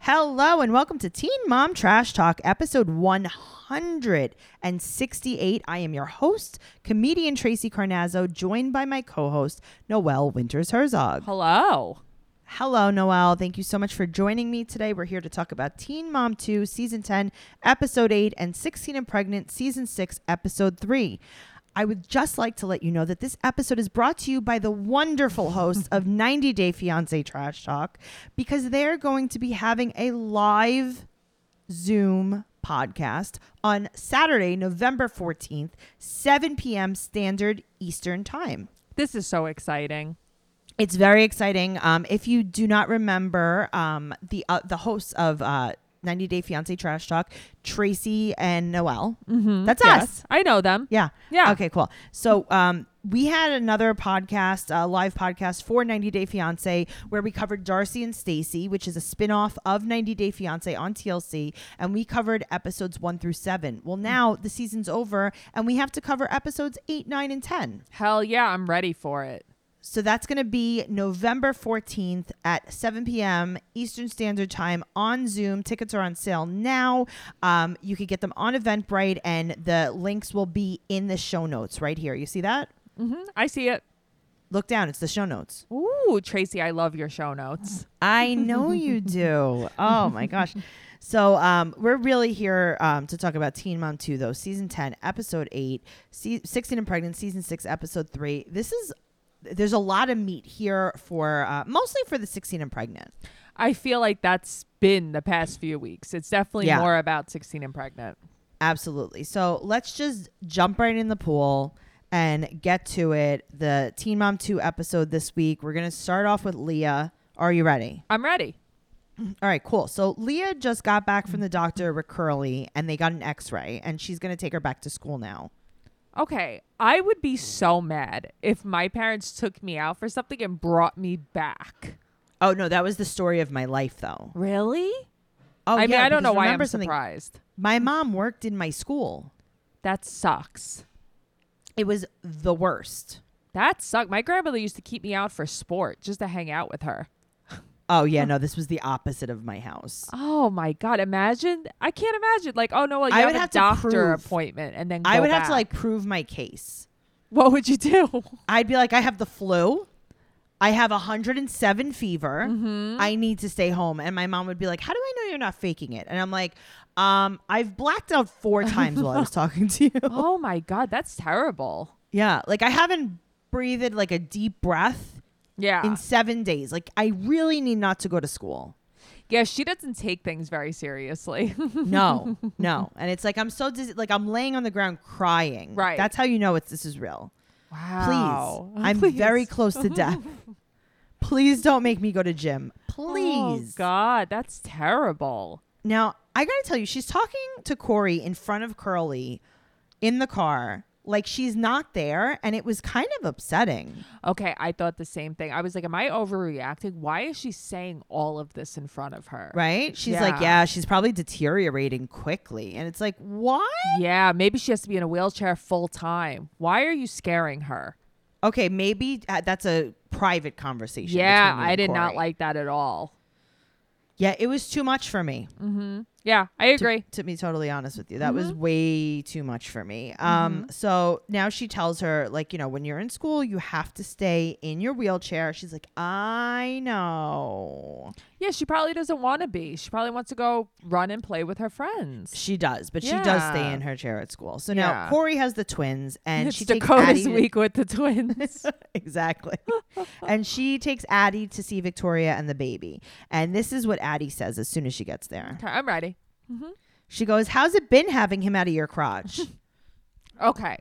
Hello and welcome to Teen Mom Trash Talk, episode 168. I am your host, comedian Tracy Carnazzo, joined by my co host, Noelle Winters Herzog. Hello. Hello, Noelle. Thank you so much for joining me today. We're here to talk about Teen Mom 2, Season 10, Episode 8, and 16 and Pregnant, Season 6, Episode 3. I would just like to let you know that this episode is brought to you by the wonderful hosts of 90 Day Fiancé Trash Talk because they're going to be having a live Zoom podcast on Saturday, November 14th, 7 p.m. Standard Eastern Time. This is so exciting. It's very exciting. Um, if you do not remember, um, the uh, the hosts of uh, 90 Day Fiance Trash Talk, Tracy and Noel. Mm-hmm. That's us. I know them. Yeah. Yeah. Okay, cool. So um, we had another podcast, a live podcast for 90 Day Fiance, where we covered Darcy and Stacy, which is a spin off of 90 Day Fiance on TLC. And we covered episodes one through seven. Well, now the season's over and we have to cover episodes eight, nine, and 10. Hell yeah, I'm ready for it. So that's going to be November 14th at 7 p.m. Eastern Standard Time on Zoom. Tickets are on sale now. Um, you could get them on Eventbrite, and the links will be in the show notes right here. You see that? hmm I see it. Look down, it's the show notes. Ooh, Tracy, I love your show notes. I know you do. Oh my gosh. So um, we're really here um, to talk about Teen Mom 2, though. Season 10, Episode 8, se- 16 and Pregnant, Season 6, Episode 3. This is, there's a lot of meat here for, uh, mostly for the 16 and Pregnant. I feel like that's been the past few weeks. It's definitely Yeah. more about 16 and pregnant. Absolutely. So let's just jump right in the pool and get to it. The Teen Mom 2 episode this week. We're going to start off with Leah. Are you ready? I'm ready. All right, cool. So Leah just got back from the doctor with Curly and they got an x ray, and she's going to take her back to school now. Okay, I would be so mad if my parents took me out for something and brought me back. Oh, no, that was the story of my life, though. Really? Oh, I mean, yeah, I don't know because why I'm remember something- surprised. My mom worked in my school, That sucks. it was the worst. That sucked. My grandmother used to keep me out for sport just to hang out with her. Oh, yeah, no, this was the opposite of my house. Oh my god! Imagine I can't imagine. Like, oh no, well, you I have would a have to doctor prove- appointment, and then I go would have to back. like Oh. prove my case. What would you do? I'd be like, I have the flu. I have 107 fever. Mm-hmm. I need to stay home. And my mom would be like, How do I know you're not faking it? And I'm like, um, I've blacked out four times while I was talking to you. oh my god, that's terrible. yeah. Like, I haven't breathed like a deep breath Yeah, in seven days. Like, I really need not to go to school. yeah. She doesn't take things very seriously. No, no. And it's like, I'm so dizzy. Like, I'm laying on the ground crying. Right. That's how you know it's this is real. Please. wow. I'm very close to death. Please don't make me go to gym. Please. Oh god, that's terrible. Now, I gotta tell you, she's talking to Corey in front of Curly in the car. Like she's not there, and it was kind of upsetting. Okay, I thought the same thing. I was like, am I overreacting? Why is she saying all of this in front of her? Right? She's like, Yeah. Yeah, she's probably deteriorating quickly. And it's like, What? Yeah, maybe she has to be in a wheelchair full time. Why are you scaring her? Okay, maybe uh, that's a private conversation. Yeah, between you I and did not Corey. like that at all. Yeah, it was too much for me. Yeah, I agree. Mm-hmm. To, to be totally honest with you, that was way too much for me. Um, so now she tells her, like, you know, when you're in school, you have to stay in your wheelchair. She's like, I know. Yeah, she probably doesn't want to be. She probably wants to go run and play with her friends. She does, but she does stay Yeah. in her chair at school. So now Yeah. Corey has the twins, and it's she takes Addie Dakota's to- week with the twins. exactly, and she takes Addie to see Victoria and the baby. And this is what Addie says as soon as she gets there. okay, I'm ready. She goes, "How's it been having him out of your crotch?" Okay.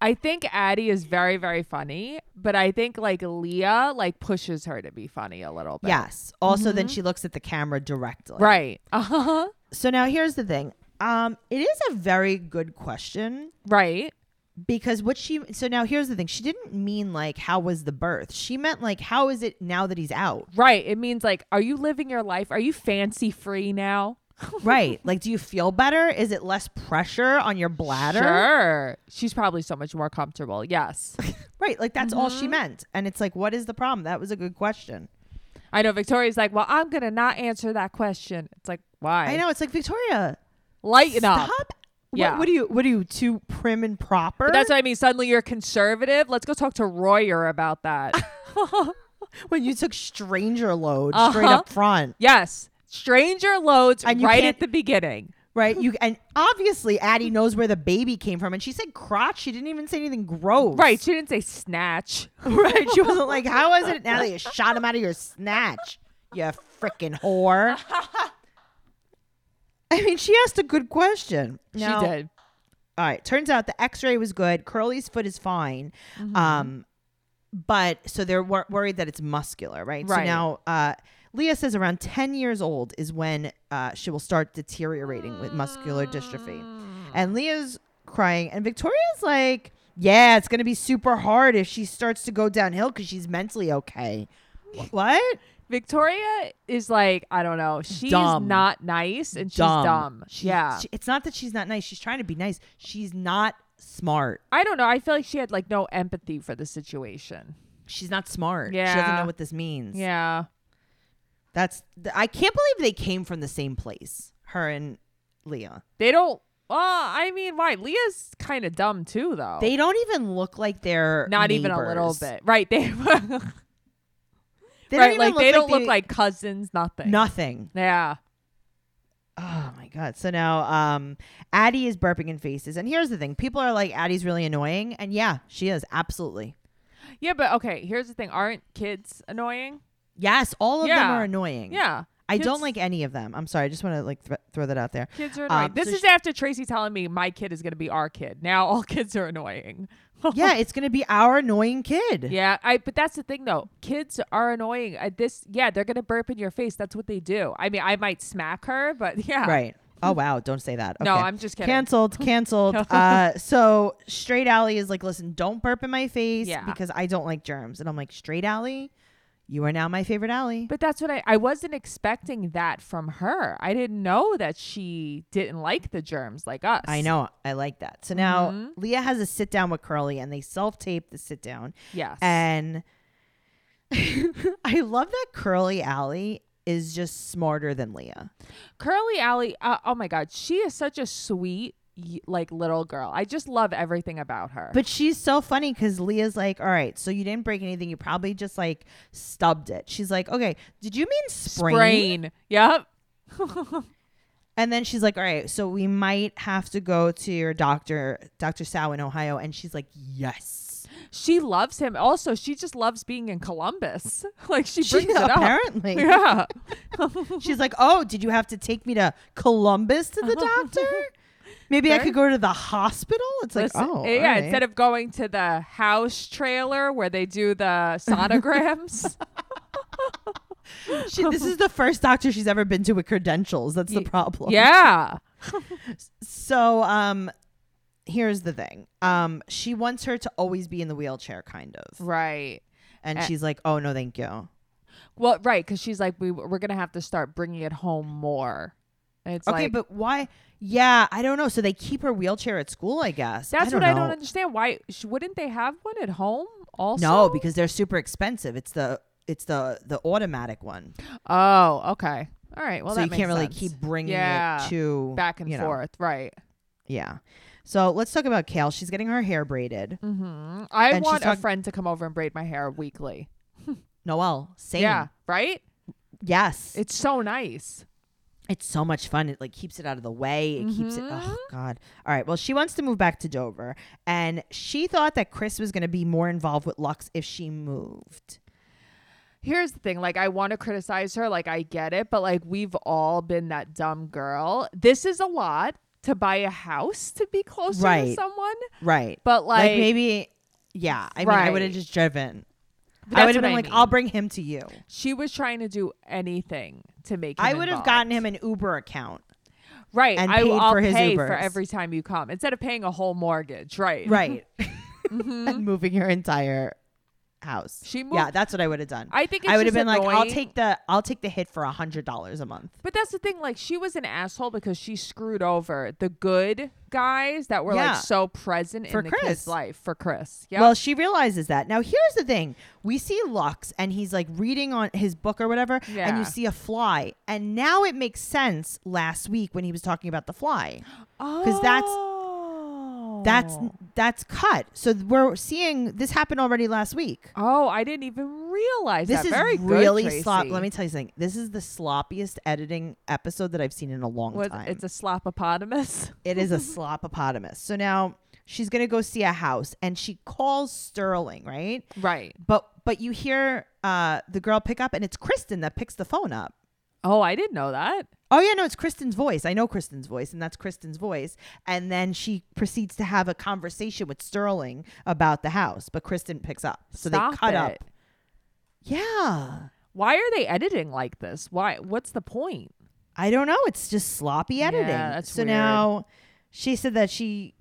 I think Addie is very, very funny, but I think like Leah like pushes her to be funny a little bit. yes. Also, then she looks at the camera directly. Mm-hmm. Right. Uh huh. So now here's the thing. Um, it is a very good question Right. because what she so now here's the thing. She didn't mean like how was the birth. She meant like how is it now that he's out. Right. It means like, are you living your life? Are you fancy free now? right. Like, do you feel better? Is it less pressure on your bladder? Sure. She's probably so much more comfortable. Yes. Mm-hmm. Right. Like, that's all she meant. And it's like, what is the problem? That was a good question. I know Victoria's like, well, I'm gonna not answer that question. It's like, why? I know it's like Victoria. Lighten stop. up. What- Yeah. What, do you? What are you too prim and proper? But that's what I mean. Suddenly you're conservative. Let's go talk to Royer about that. when you took stranger load straight Uh-huh. up front, yes, stranger loads And you right can't- at the beginning. right? You and obviously Addie knows where the baby came from, and she said crotch. She didn't even say anything gross. Right. She didn't say snatch. right. She wasn't like, how is it now that you shot him out of your snatch, you freaking whore? I mean, she asked a good question. Now- She did. all right turns out the x-ray was good curly's foot is fine Mm-hmm. um but so they're wor- worried that it's muscular right, so Right. now uh leah says around 10 years old is when uh she will start deteriorating with muscular dystrophy Mm. and leah's crying and victoria's like yeah it's gonna be super hard if she starts to go downhill because she's mentally okay Wh- what Victoria is like, I don't know. She's Dumb. not nice and she's dumb. She's- yeah. she- it's not that she's not nice she's trying to be nice she's not smart I don't know. I feel like she had like no empathy for the situation. she's not smart she doesn't know Yeah. what this means Yeah. That's th- I can't believe they came from the same place. Her and Leah. They don't. Uh, I mean, why? Leah's kind of dumb too, though. They don't even look like they're Oh. not even a little neighbors. bit, right? They, They right, even like they don't they- look like cousins. Nothing. nothing. Yeah. Oh my god! So now, um, Addie is burping in faces, and here's the thing: people are like, Addie's really annoying, and yeah, she is absolutely. Yeah, but okay. Here's the thing: aren't kids annoying? Yes, all of them Yeah. are annoying. Yeah. I don't kids- like any of them. I'm sorry. I just want to like thr- throw that out there. Kids are annoying. Um, this so is after Tracy telling me my kid is going to be our kid. Now all kids are annoying. yeah, it's gonna be our annoying kid. Yeah, I but that's the thing though. Kids are annoying. Uh, this yeah, they're going to burp in your face. That's what they do. I mean, I might smack her, but yeah. Right. Oh wow! Don't say that. Ah. No, Okay. I'm just kidding. Cancelled. Cancelled. uh, so Straight Alley is like, listen, don't burp in my face Yeah. because I don't like germs, and I'm like, Straight Alley, you are now my favorite alley. But that's what I I wasn't expecting that from her. I didn't know that she didn't like the germs like us. I know. I like that. So now Mm-hmm. Leah has a sit down with Curly, and they self tape the sit down, Yes. and I love that Curly Alley is just smarter than Leah. Curly Alley, uh, oh my god, she is such a sweet y- like little girl. I just love everything about her. But she's so funny because Leah's like, all right, so you didn't break anything. You probably just like stubbed it. She's like, okay, did you mean sprain? Sprain. Yep. And then she's like, all right, so we might have to go to your doctor, Dr. Sow in Ohio. And she's like, yes. She loves him. Also, she just loves being in Columbus. Like she She brings it up. apparently. Yeah. She's like, oh, did you have to take me to Columbus to the doctor? Maybe I Very- could go to the hospital. It's like, Listen, oh, yeah. Instead of going to the house trailer where they do the sonograms, of she, this is the first doctor she's ever been to with credentials. That's the Ye- problem. yeah, So, um, here's the thing. Um, she wants her to always be in the wheelchair, kind of, right. and Eh. she's like, "Oh no, thank you." Well, right, because she's like, we we're gonna have to start bringing it home more. And it's okay, like, but why? Yeah, I don't know. So they keep her wheelchair at school, I guess. that's what I don't know. understand. Why sh- wouldn't they have one at home? Also, No, because they're super expensive. It's the it's the the automatic one, oh, okay, all right. Well, so that you can't makes really sense. keep bringing Yeah. it to back and you know. forth, right? Yeah. So let's talk about Kale. She's getting her hair braided. hmm I And she's want talk- a friend to come over and braid my hair weekly. Noelle, same. Yeah, right. Yes. It's so nice. it's so much fun. It like keeps it out of the way. It keeps it. Oh Mm-hmm. God. All right. Well, she wants to move back to Dover, and she thought that Chris was going to be more involved with Lux if she moved. here's the thing like i want to criticize her like i get it but like we've all been that dumb girl this is a lot to buy a house to be closer to Right. someone Right. but like, maybe. Yeah. I mean, I would have Right. just driven. But I that's would have what been like, I I'll mean. bring him to you. she was trying to do anything to make him I would have involved. gotten him an Uber account. right and I, paid will for his pay for Ubers. every time you come Mm-hmm. instead of paying a whole mortgage right Right. and moving her entire house. Mm-hmm. She Yeah, moved- that's what I would have done. I think it's I would have just been like, I'll annoying. take the I'll take the hit for a hundred dollars a month. But that's the thing. Like, she was an asshole because she screwed over the good guys that were Yeah. like so present For in the Chris. kid's life for Chris. Yeah. Well, she realizes that. Now, here's the thing. We see Lux and he's like reading on his book or whatever, and Yeah. you see a fly. And now it makes sense last week when he was talking about the fly. because that's- That's Oh. that's cut. So we're seeing this happened already last week. Oh, I didn't even realize This that. is Very good, really sloppy. Tracy. Let me tell you something. This is the sloppiest editing episode that I've seen in a long Was- time. It's a slopopotamus. It is a slopopotamus. So now she's gonna go see a house, and she calls Sterling, right? right. But but you hear uh, the girl pick up, and it's Kristen that picks the phone up. Oh, I didn't know that. Oh yeah, no, it's Kristen's voice. I know Kristen's voice, and that's Kristen's voice. And then she proceeds to have a conversation with Sterling about the house, but Kristen picks up. So Stop they cut it. up. Yeah, Why are they editing like this? Why? What's the point? I don't know. It's just sloppy editing. that's so weird. now she said that she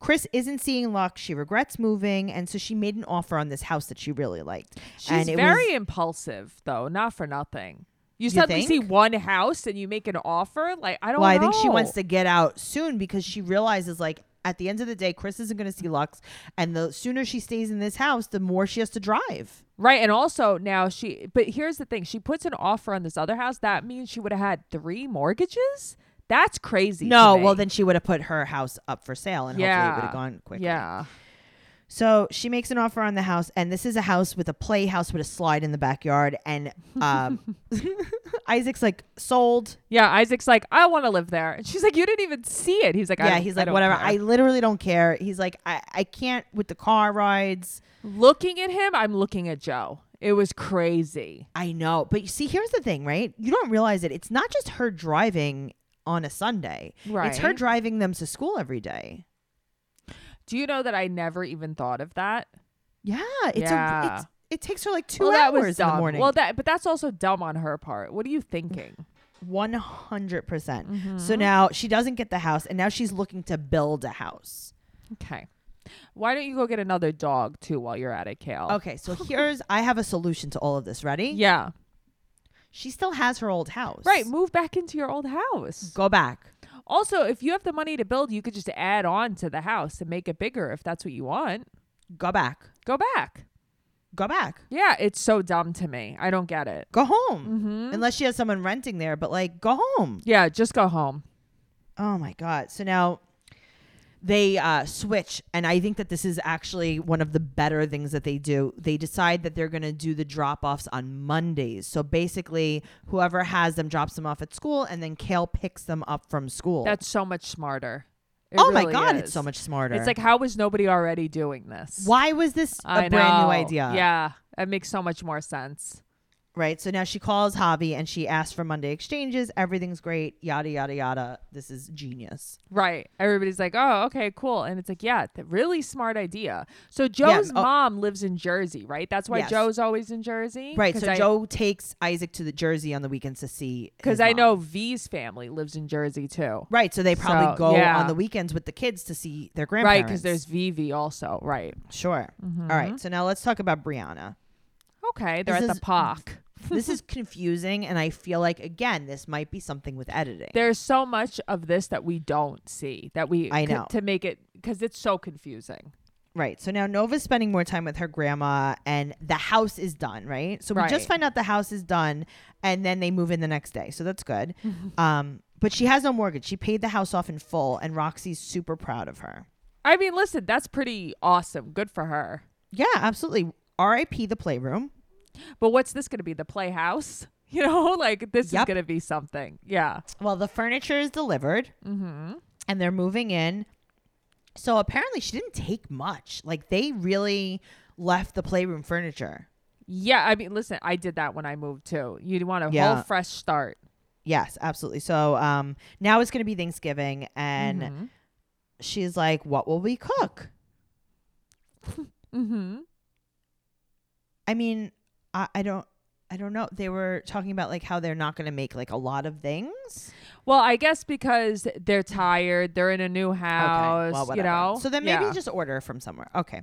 Chris isn't seeing luck. She regrets moving, and so she made an offer on this house that she really liked. She's and it very was, impulsive, though. Not for nothing. You suddenly see think? one house and you make an offer. Like I don't. well. I think she know. wants to get out soon because she realizes like. At the end of the day, Chris isn't going to see Lux, and the sooner she stays in this house, the more she has to drive. Right. And also now she, but here's the thing she puts an offer on this other house. That means she would have had three mortgages. That's crazy. to No, well me. then she would have put her house up for sale, and hopefully it would have Yeah. gone quicker. Yeah. So she makes an offer on the house, and this is a house with a playhouse with a slide in the backyard. And um, Isaac's like, sold. Yeah. Isaac's like, I want to live there. And she's like, You didn't even see it. He's like, I yeah, don't- he's I like, don't whatever. care." I literally don't care. He's like, I, I can't with the car rides. looking at him, I'm looking at Joe. It was crazy. I know. But you see, here's the thing, right? You don't realize it. It's not just her driving on a Sunday, it's her Right. driving them to school every day. Do you know that I never even thought of that? Yeah. It's Yeah. A, it's, it takes her like two well, that hours was in dumb. the morning. Well, that but that's also dumb on her part. What are you thinking? One hundred percent. So Mm-hmm. now she doesn't get the house, and now she's looking to build a house. okay. Why don't you go get another dog too while you're at it, Kale? Okay, so here's I have a solution to all of this. Ready? Oh. Yeah. She still has her old house. Right. Move back into your old house. Go back. Also, if you have the money to build, you could just add on to the house and make it bigger if that's what you want. Go back. Go back. Go back. Yeah, it's so dumb to me. I don't get it. Go home. Mm-hmm. Unless she has someone renting there, but like go home. Yeah, just go home. Oh my god. So now they uh, switch, and I think that this is actually one of the better things that they do. They decide that they're going to do the drop offs on Mondays. So basically, whoever has them drops them off at school, and then Kale picks them up from school. That's so much smarter. It oh my really god, is. it's so much smarter. It's like how was nobody already doing this? why was this a I brand new know. idea? Yeah, that makes so much more sense. Right. So now she calls Javi and she asks for Monday exchanges. Everything's great. Yada yada yada. This is genius. Right. Everybody's like, "Oh, okay, cool." And it's like, "Yeah, th- really smart idea." So Joe's oh. mom lives in Jersey, right? That's why Yes. Joe's always in Jersey. Right. 'Cause So I- Joe takes Isaac to the Jersey on the weekends to see his Because I mom. know V's family lives in Jersey too. Right. So they probably So, go yeah. on the weekends with the kids to see their grandparents. Right, because there's Mm-hmm. Vivi also. Right. sure. All right. So now let's talk about Brianna. Okay, they're This at is- the park. this is confusing, and I feel like again this might be something with editing. There's so much of this that we don't see that we I could- know. to make it because it's so confusing. Right. So now Nova's spending more time with her grandma and the house is done, right? So we just Right. find out the house is done and then they move in the next day. So that's good. um, but she has no mortgage. She paid the house off in full and Roxy's super proud of her. I mean, listen, that's pretty awesome. Good for her. Yeah, absolutely. R.I.P. the playroom. But what's this going to be? The playhouse? You know, like this Yep. is going to be something. Yeah. Well, the furniture is delivered Mm-hmm. and they're moving in. So apparently she didn't take much. Like they really left the playroom furniture. Yeah. I mean, listen, I did that when I moved too. You want a Yeah. whole fresh start. Yes, absolutely. So um, now it's going to be Thanksgiving, and she's like, "What will we cook?" Mm-hmm. I mean, I, I don't, I don't know. They were talking about like how they're not going to make like a lot of things. Well, I guess because they're tired, they're in a new house, well, you whatever. know? So then maybe Yeah. just order from somewhere. Okay.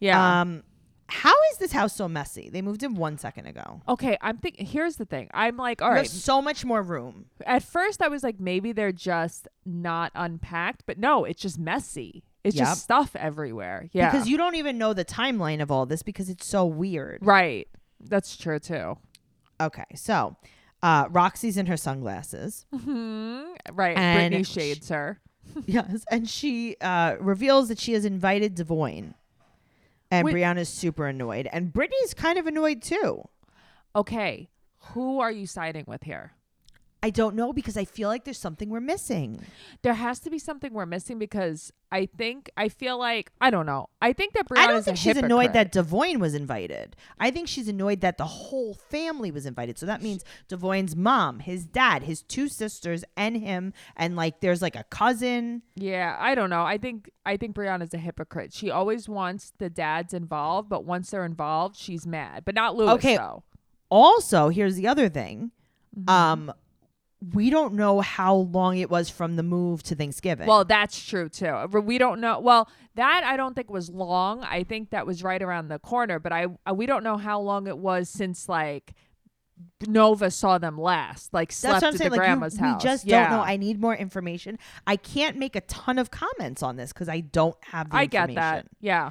yeah. Um, How is this house so messy? They moved in one second ago. Okay, I'm thinking. Here's the thing. I'm like, all There's right. so much more room. At first, I was like, maybe they're just not unpacked, but no, it's just messy. It's Yep. just stuff everywhere. Yeah. Because you don't even know the timeline of all this because it's so weird. right. That's true too. Okay, so uh, Roxy's in her sunglasses. hmm Right. And Brittany sh- shades her. yes, and she uh, reveals that she has invited Devoyne. And Wait- Brianna's super annoyed. And Brittany's kind of annoyed too. Okay. Who are you siding with here? I don't know because I feel like there's something we're missing. There has to be something we're missing because I think I feel like I don't know. I think that Brianna's I don't think a she's annoyed hypocrite. that Devoyne was invited. I think she's annoyed that the whole family was invited. So that means Devoyne's mom, his dad, his two sisters, and him. And like there's like a cousin. Yeah, I don't know. I think I think Brianna's a hypocrite. She always wants the dads involved, but once they're involved, she's mad. But not Louis Okay. though. Also, here's the other thing. Mm-hmm. Um, we don't know how long it was from the move to Thanksgiving. Well, that's true too. Re- We don't know. Well, that I don't think was long. I think that was right around the corner, but I, I we don't know how long it was since like Nova saw them last, like slept at the you- grandma's house. We just yeah. don't know. I need more information. I can't make a ton of comments on this because I don't have the I information. get that. Yeah.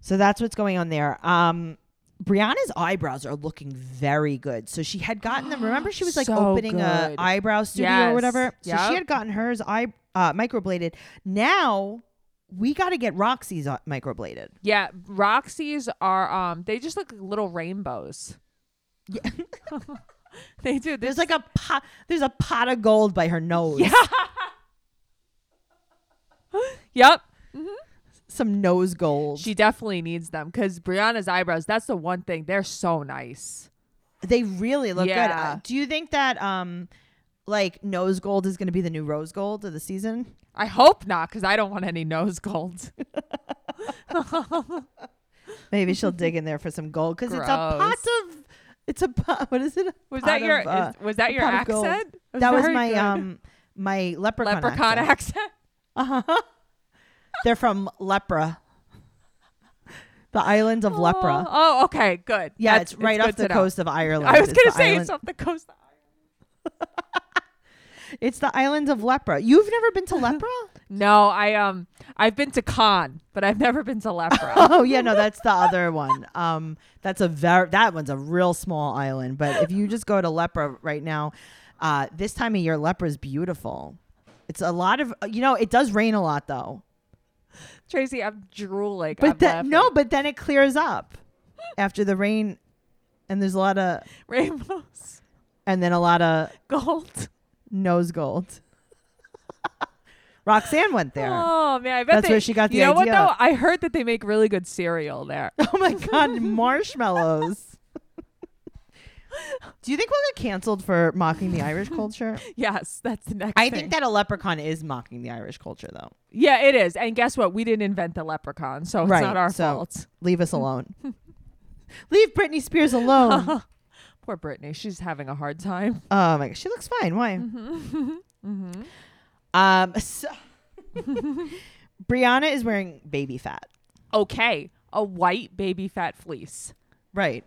So that's what's going on there. Um, Brianna's eyebrows are looking very good. So she had gotten them. Remember, she was like So opening a good. eyebrow studio or Yes. whatever. So she Yep. had gotten hers eye uh, microbladed. Now we got to get Roxy's uh, microbladed. Yeah, Roxy's are um they just look like little rainbows. Yeah. they do. They're There's like a pot. There's a pot of gold by her nose. Yeah. Yep. Some nose gold. She definitely needs them because Brianna's eyebrows, that's the one thing. They're so nice. They really look good. Yeah. Uh, do you think that um like nose gold is going to be the new rose gold of the season? I hope not because I don't want any nose golds. Maybe she'll dig in there for some gold cuz it's a pot of it's a pot, what is it? A Was pot that your of, uh, is, was that your pot of gold. accent? It That was very my good. um my leprechaun leprechaun accent. accent. Uh-huh. They're from Lepra. The island of Oh, Lepra. oh, okay, good. Yeah, That's- it's right good off to the know. coast of Ireland. I was It's the gonna say island- it's off the coast. it's the island of Lepra. You've never been to Lepra? No, I um I've been to Con, but I've never been to Lepra. Oh yeah, no, that's the other one. Um, that's a very that one's a real small island. But if you just go to Lepra right now, uh, this time of year, Lepra is beautiful. It's a lot of you know. It does rain a lot though, Tracy, I'm drooling. I'm but then laughing. no, but then it clears up after the rain, and there's a lot of rainbows, and then a lot of gold. nose gold. Roxanne went there. Oh. Oh man, I bet That's they, where she got the You know idea. what though? I heard that they make really good cereal there. Oh my god, marshmallows. Do you think we'll get canceled for mocking the Irish culture? yes, that's the next. I thing. think that a leprechaun is mocking the Irish culture, though. yeah, it is. And guess what? We didn't invent the leprechaun, so it's Right, not our so- fault. Leave us alone. Leave Britney Spears alone. oh Poor Brittany, she's having a hard time. my god, she looks fine. Why? Mm-hmm. Um, so- Brianna is wearing baby fat. Okay, a white baby fat fleece. Right.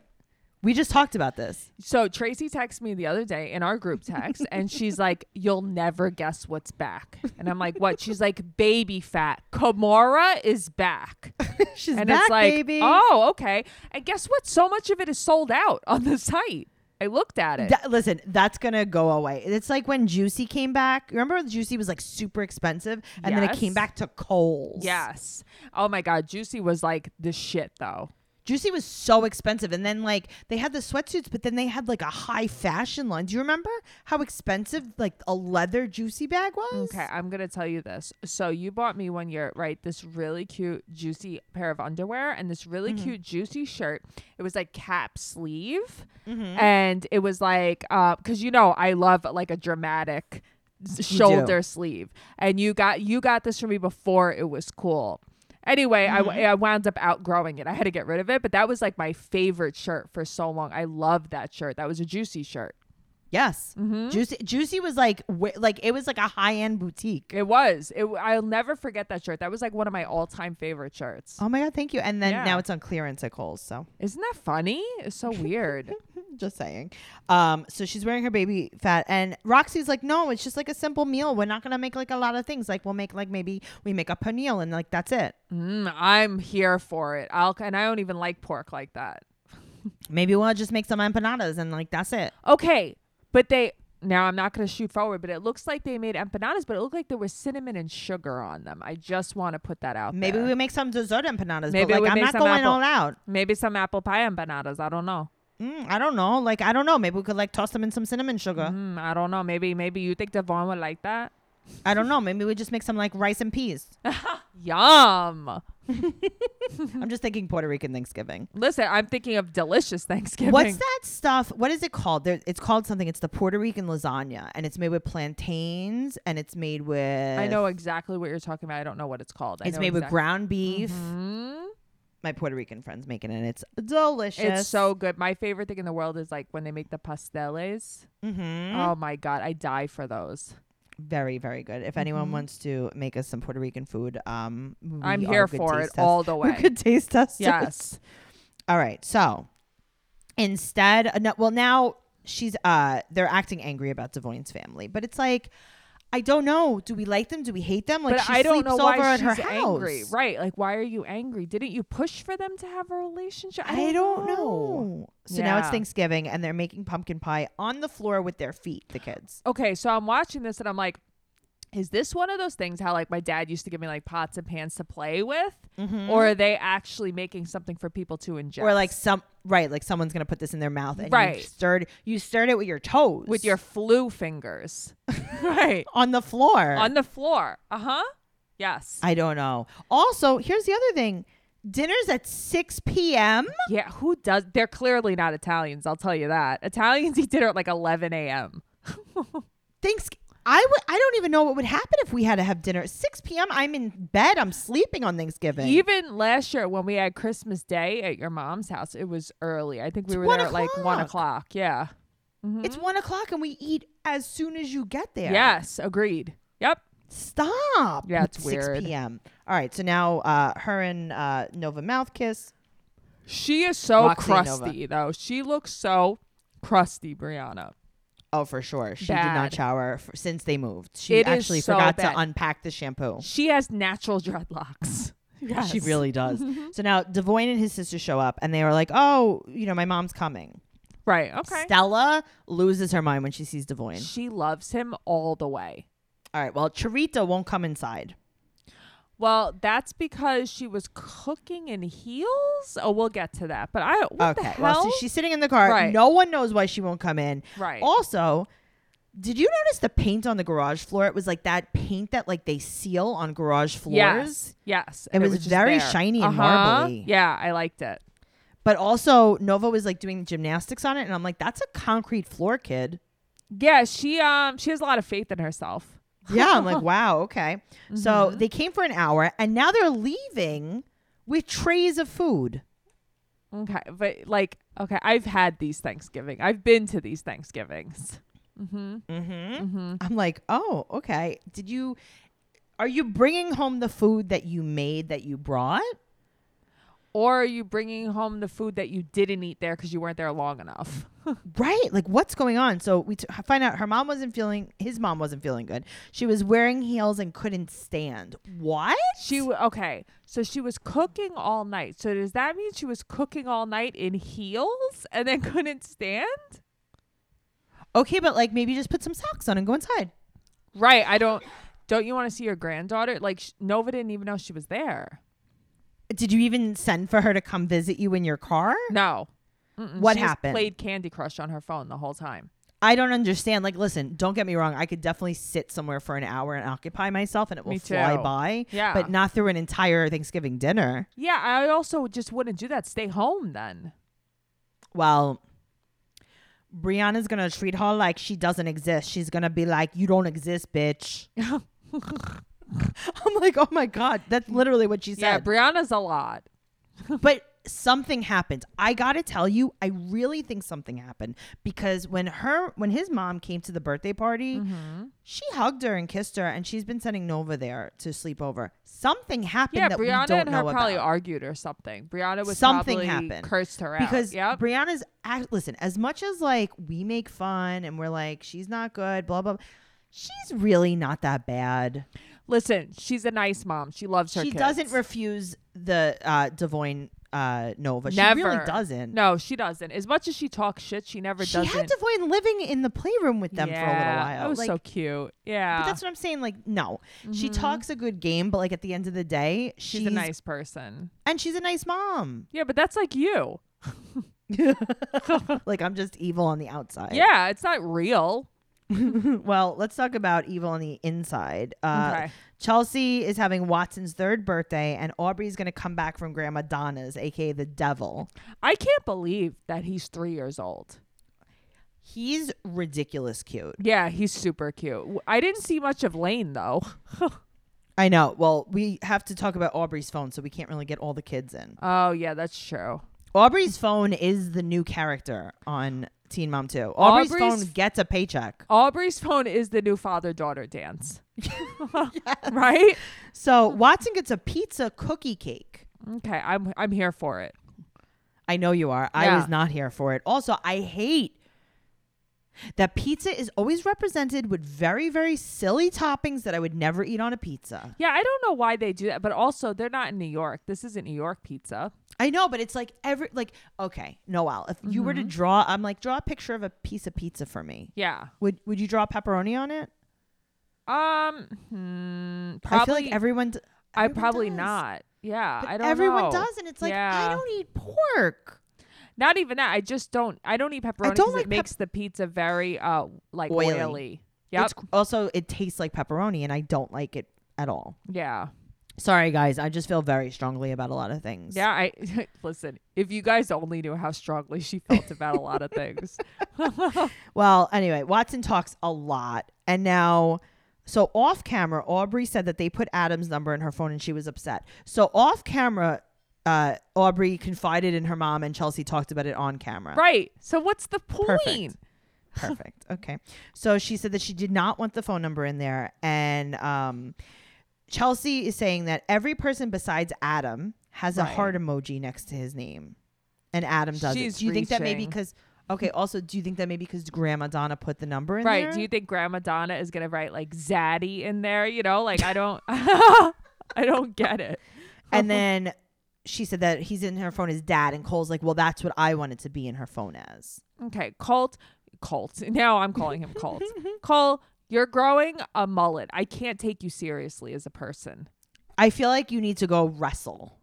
We just talked about this. So Tracy texted me the other day in our group text, and she's like, "You'll never guess what's back." And I'm like, "What?" She's like, "Baby fat. Kamora is back." She's and back, it's like, baby. "Oh, okay." And guess what? So much of it is sold out on the site. I looked at it. That- listen, that's gonna go away. It's like when Juicy came back. Remember, when Juicy was like super expensive, and then it Yes. came back to Kohl's. yes. Oh my God, Juicy was like the shit though. Juicy was so expensive. And then like they had the sweatsuits, but then they had like a high fashion line. Do you remember how expensive like a leather juicy bag was? Okay, I'm gonna tell you this. So you bought me one year, right? This really cute, juicy pair of underwear and this really Mm-hmm. cute, juicy shirt. It was like cap sleeve, Mm-hmm. and it was like, uh, cause you know I love like a dramatic You s- do. shoulder sleeve, and you got you got this for me before it was cool. Anyway, I w I Mm-hmm. I, wound up outgrowing it. I had to get rid of it, but that was like my favorite shirt for so long. I loved that shirt. That was a juicy shirt. Yes. Mm-hmm. Juicy Juicy was like wi- like it was like a high-end boutique. It was. It. w- I'll never forget that shirt. That was like one of my all-time favorite shirts. Oh my god, thank you. And then Yeah. now it's on clearance at Kohl's, so Isn't that funny? It's so weird. just saying. Um so she's wearing her baby fat and Roxy's like, "No, it's just like a simple meal. We're not going to make like a lot of things. Like we'll make like maybe we make a pernil and like that's it. mm, I'm here for it. I'll and I don't even like pork like that. Maybe we'll just make some empanadas and like that's it." Okay, but they now I'm not going to shoot forward, but it looks like they made empanadas, but it looked like there was cinnamon and sugar on them. I just want to put that out. Maybe there. we make some dessert empanadas, Maybe but we like I'm make not some going apple- all out. maybe some apple pie empanadas. I don't know. Mm, I don't know. Like I don't know. Maybe we could like toss them in some cinnamon sugar. Mm, I don't know. Maybe maybe you think Devon would like that. I don't know. Maybe we just make some like rice and peas. Yum. I'm just thinking Puerto Rican Thanksgiving. Listen, I'm thinking of delicious Thanksgiving. What's that stuff? What is it called? There, it's called something. It's the Puerto Rican lasagna, and it's made with plantains, and it's made with I know exactly what you're talking about. I don't know what it's called. I It's know made with exact- ground beef. Mhm. My Puerto Rican friends making it. and It's delicious. It's so good. My favorite thing in the world is like when they make the pasteles. Mhm. Oh my god, I die for those. very very good. If anyone Mhm. wants to make us some Puerto Rican food, um, we I'm are here good for it taste all the test- We're way. good taste testers. Yes. All right. So instead, uh, no, well, now she's uh they're acting angry about Devoyne's family, but it's like I don't know. Do we like them? Do we hate them? Like but she I don't sleeps know over why at her she's house. angry. Right. Like why are you angry? Didn't you push for them to have a relationship? I don't know. So now it's Yeah. Thanksgiving and they're making pumpkin pie on the floor with their feet, the kids. Okay, so I'm watching this and I'm like is this one of those things how like my dad used to give me like pots and pans to play with or are they actually making something for people to ingest Mm-hmm. Or like some right, like someone's gonna put this in their mouth and you Right. stirred you stirred it with your toes. with your flu fingers right on the floor. on the floor uh-huh yes I don't know. Also, here's the other thing. Dinner's at six PM. Yeah, who does? They're clearly not Italians. I'll tell you that. Italians eat dinner at like 11 a.m. Thanks. I would. I don't even know what would happen if we had to have dinner at 6 p.m. I'm in bed. I'm sleeping on Thanksgiving. Even last year when we had Christmas Day at your mom's house, it was early. I think we were one there at like one o'clock. o'clock. Yeah. it's one o'clock and we eat as soon as you get there. Yes. Agreed. Yep. Stop. Yeah, it's It's weird. 6 p.m. All right. So now, uh, her and uh, Nova mouth kiss. She is so Roxy and Nova. crusty though. She looks so crusty, Brianna. Oh, for sure. She did not Bad. shower for, since they moved. She It is actually so forgot bad. to unpack the shampoo. She has natural dreadlocks. Yes. Mm-hmm. She really does. so now, Devoyne and his sister show up, and they were like, "Oh, you know, my mom's coming." right. Okay. Stella loses her mind when she sees Devoyne. She loves him all the way. All right. Well, Charita won't come inside. Well, that's because she was cooking in heels. Oh, we'll get to that. But I what the okay. hell? Well, so she's sitting in the car. Right. No one knows why she won't come in. Right. Also, did you notice the paint on the garage floor? It was like that paint that like they seal on garage floors. yes, yes. It and was just very there. shiny and Uh-huh. marbly. Yeah, I liked it. But also, Nova was like doing gymnastics on it, and I'm like, that's a concrete floor, kid. Yeah, she um she has a lot of faith in herself. Yeah. I'm like, wow. Okay. So Mm-hmm. they came for an hour, and now they're leaving with trays of food. Okay, but like okay, I've had these Thanksgiving. I've been to these Thanksgivings. Mm-hmm. Mm-hmm. Mm-hmm. I'm like, oh, okay. Did you? Are you bringing home the food that you made that you brought? Or are you bringing home the food that you didn't eat there because you weren't there long enough? Right. Like, what's going on? So we t- find out her mom wasn't feeling, his mom wasn't feeling good. She was wearing heels and couldn't stand. What? She w- okay, so she was cooking all night. So does that mean she was cooking all night in heels and then couldn't stand? Okay, but like maybe just put some socks on and go inside. Right. I don't. Don't you want to see your granddaughter? Like sh- Nova didn't even know she was there. Did you even send for her to come visit you in your car? No. Mm-mm. What She just happened? Played Candy Crush on her phone the whole time. I don't understand. Like, listen, don't get me wrong. I could definitely sit somewhere for an hour and occupy myself and it will Me fly too. by, Yeah. but not through an entire Thanksgiving dinner. Yeah. I also just wouldn't do that. Stay home then. well Brianna's gonna treat her like she doesn't exist. She's gonna be like, "You don't exist, bitch." I'm like, "Oh my god, that's literally what she Yeah. said." Brianna's a lot. but something happened. I got to tell you, I really think something happened because when her when his mom came to the birthday party, Mm-hmm. she hugged her and kissed her and she's been sending Nova there to sleep over. Something happened Yeah, that we Brianna don't and her know probably about. argued or something. Brianna was Something probably happened. cursed her because out. Yep. Brianna's act, listen, as much as like we make fun and we're like she's not good, blah blah, blah she's really not that bad. Listen, she's a nice mom. She loves her she kids. doesn't refuse the uh Devoyne uh Nova. She really Never. doesn't. No, she doesn't. As much as she talks shit, she never she doesn't. had Devoyne living in the playroom with them for a little Yeah, while. That was like, so cute. Yeah. But that's what I'm saying. Like, no, she talks a good game, but like at the end of the day, she's a nice person. and she's a nice mom. Yeah, but that's like you. like I'm just evil on the outside. Yeah, it's not real. well, let's talk about evil on the inside. Uh, Okay. Chelsea is having Watson's third birthday, and Aubrey's going to come back from Grandma Donna's, aka the devil. I can't believe that he's three years old. He's ridiculous cute. Yeah, he's super cute. W- I didn't see much of Lane though. I know. Well, we have to talk about Aubrey's phone, so we can't really get all the kids in. oh yeah, that's true. Aubrey's phone is the new character on Teen Mom 2. Aubrey's, Aubrey's- phone gets a paycheck. Aubrey's phone is the new father daughter dance. Right? So Watson gets a pizza cookie cake. Okay, I'm I'm here for it. I know you are. I was Yeah. not here for it. Also, I hate that pizza is always represented with very, very silly toppings that I would never eat on a pizza. Yeah, I don't know why they do that, but also they're not in New York. This isn't New York pizza. I know, but it's like every like okay, Noel, if you were to Mm-hmm. draw, I'm like draw a picture of a piece of pizza for me. Yeah. Would would you draw pepperoni on it? Um. hmm, probably. I feel like everyone. d- I everyone probably does. not. Yeah, But I don't. everyone know. does, and it's like I Yeah. don't eat pork. Not even that. I just don't. I don't eat pepperoni. don't 'cause like it pep- makes the pizza very uh like Oily. oily. Yep. It's- also, it tastes like pepperoni, and I don't like it at all. yeah. Sorry, guys. I just feel very strongly about a lot of things. Yeah. I listen. If you guys only knew how strongly she felt about a lot of things. Well, anyway, Watson talks a lot. And now, so off camera, Aubrey said that they put Adam's number in her phone and she was upset. So off camera, uh, Aubrey confided in her mom and Chelsea talked about it on camera. right. So what's the point? Perfect. Perfect. Okay. So she said that she did not want the phone number in there. And um, Chelsea is saying that every person besides Adam has a Right. heart emoji next to his name. And Adam doesn't. She's do you think that maybe reaching. because, okay, also, do you think that maybe because Grandma Donna put the number in Right. there? Do you think Grandma Donna is gonna write like Zaddy in there? You know, like I don't. I don't get it. and then she said that he's in her phone as dad. And Cole's like, well, that's what I wanted to be in her phone as. Okay, Colt, Colt. Now I'm calling him Colt. Cole, you're growing a mullet. I can't take you seriously as a person. I feel like you need to go wrestle.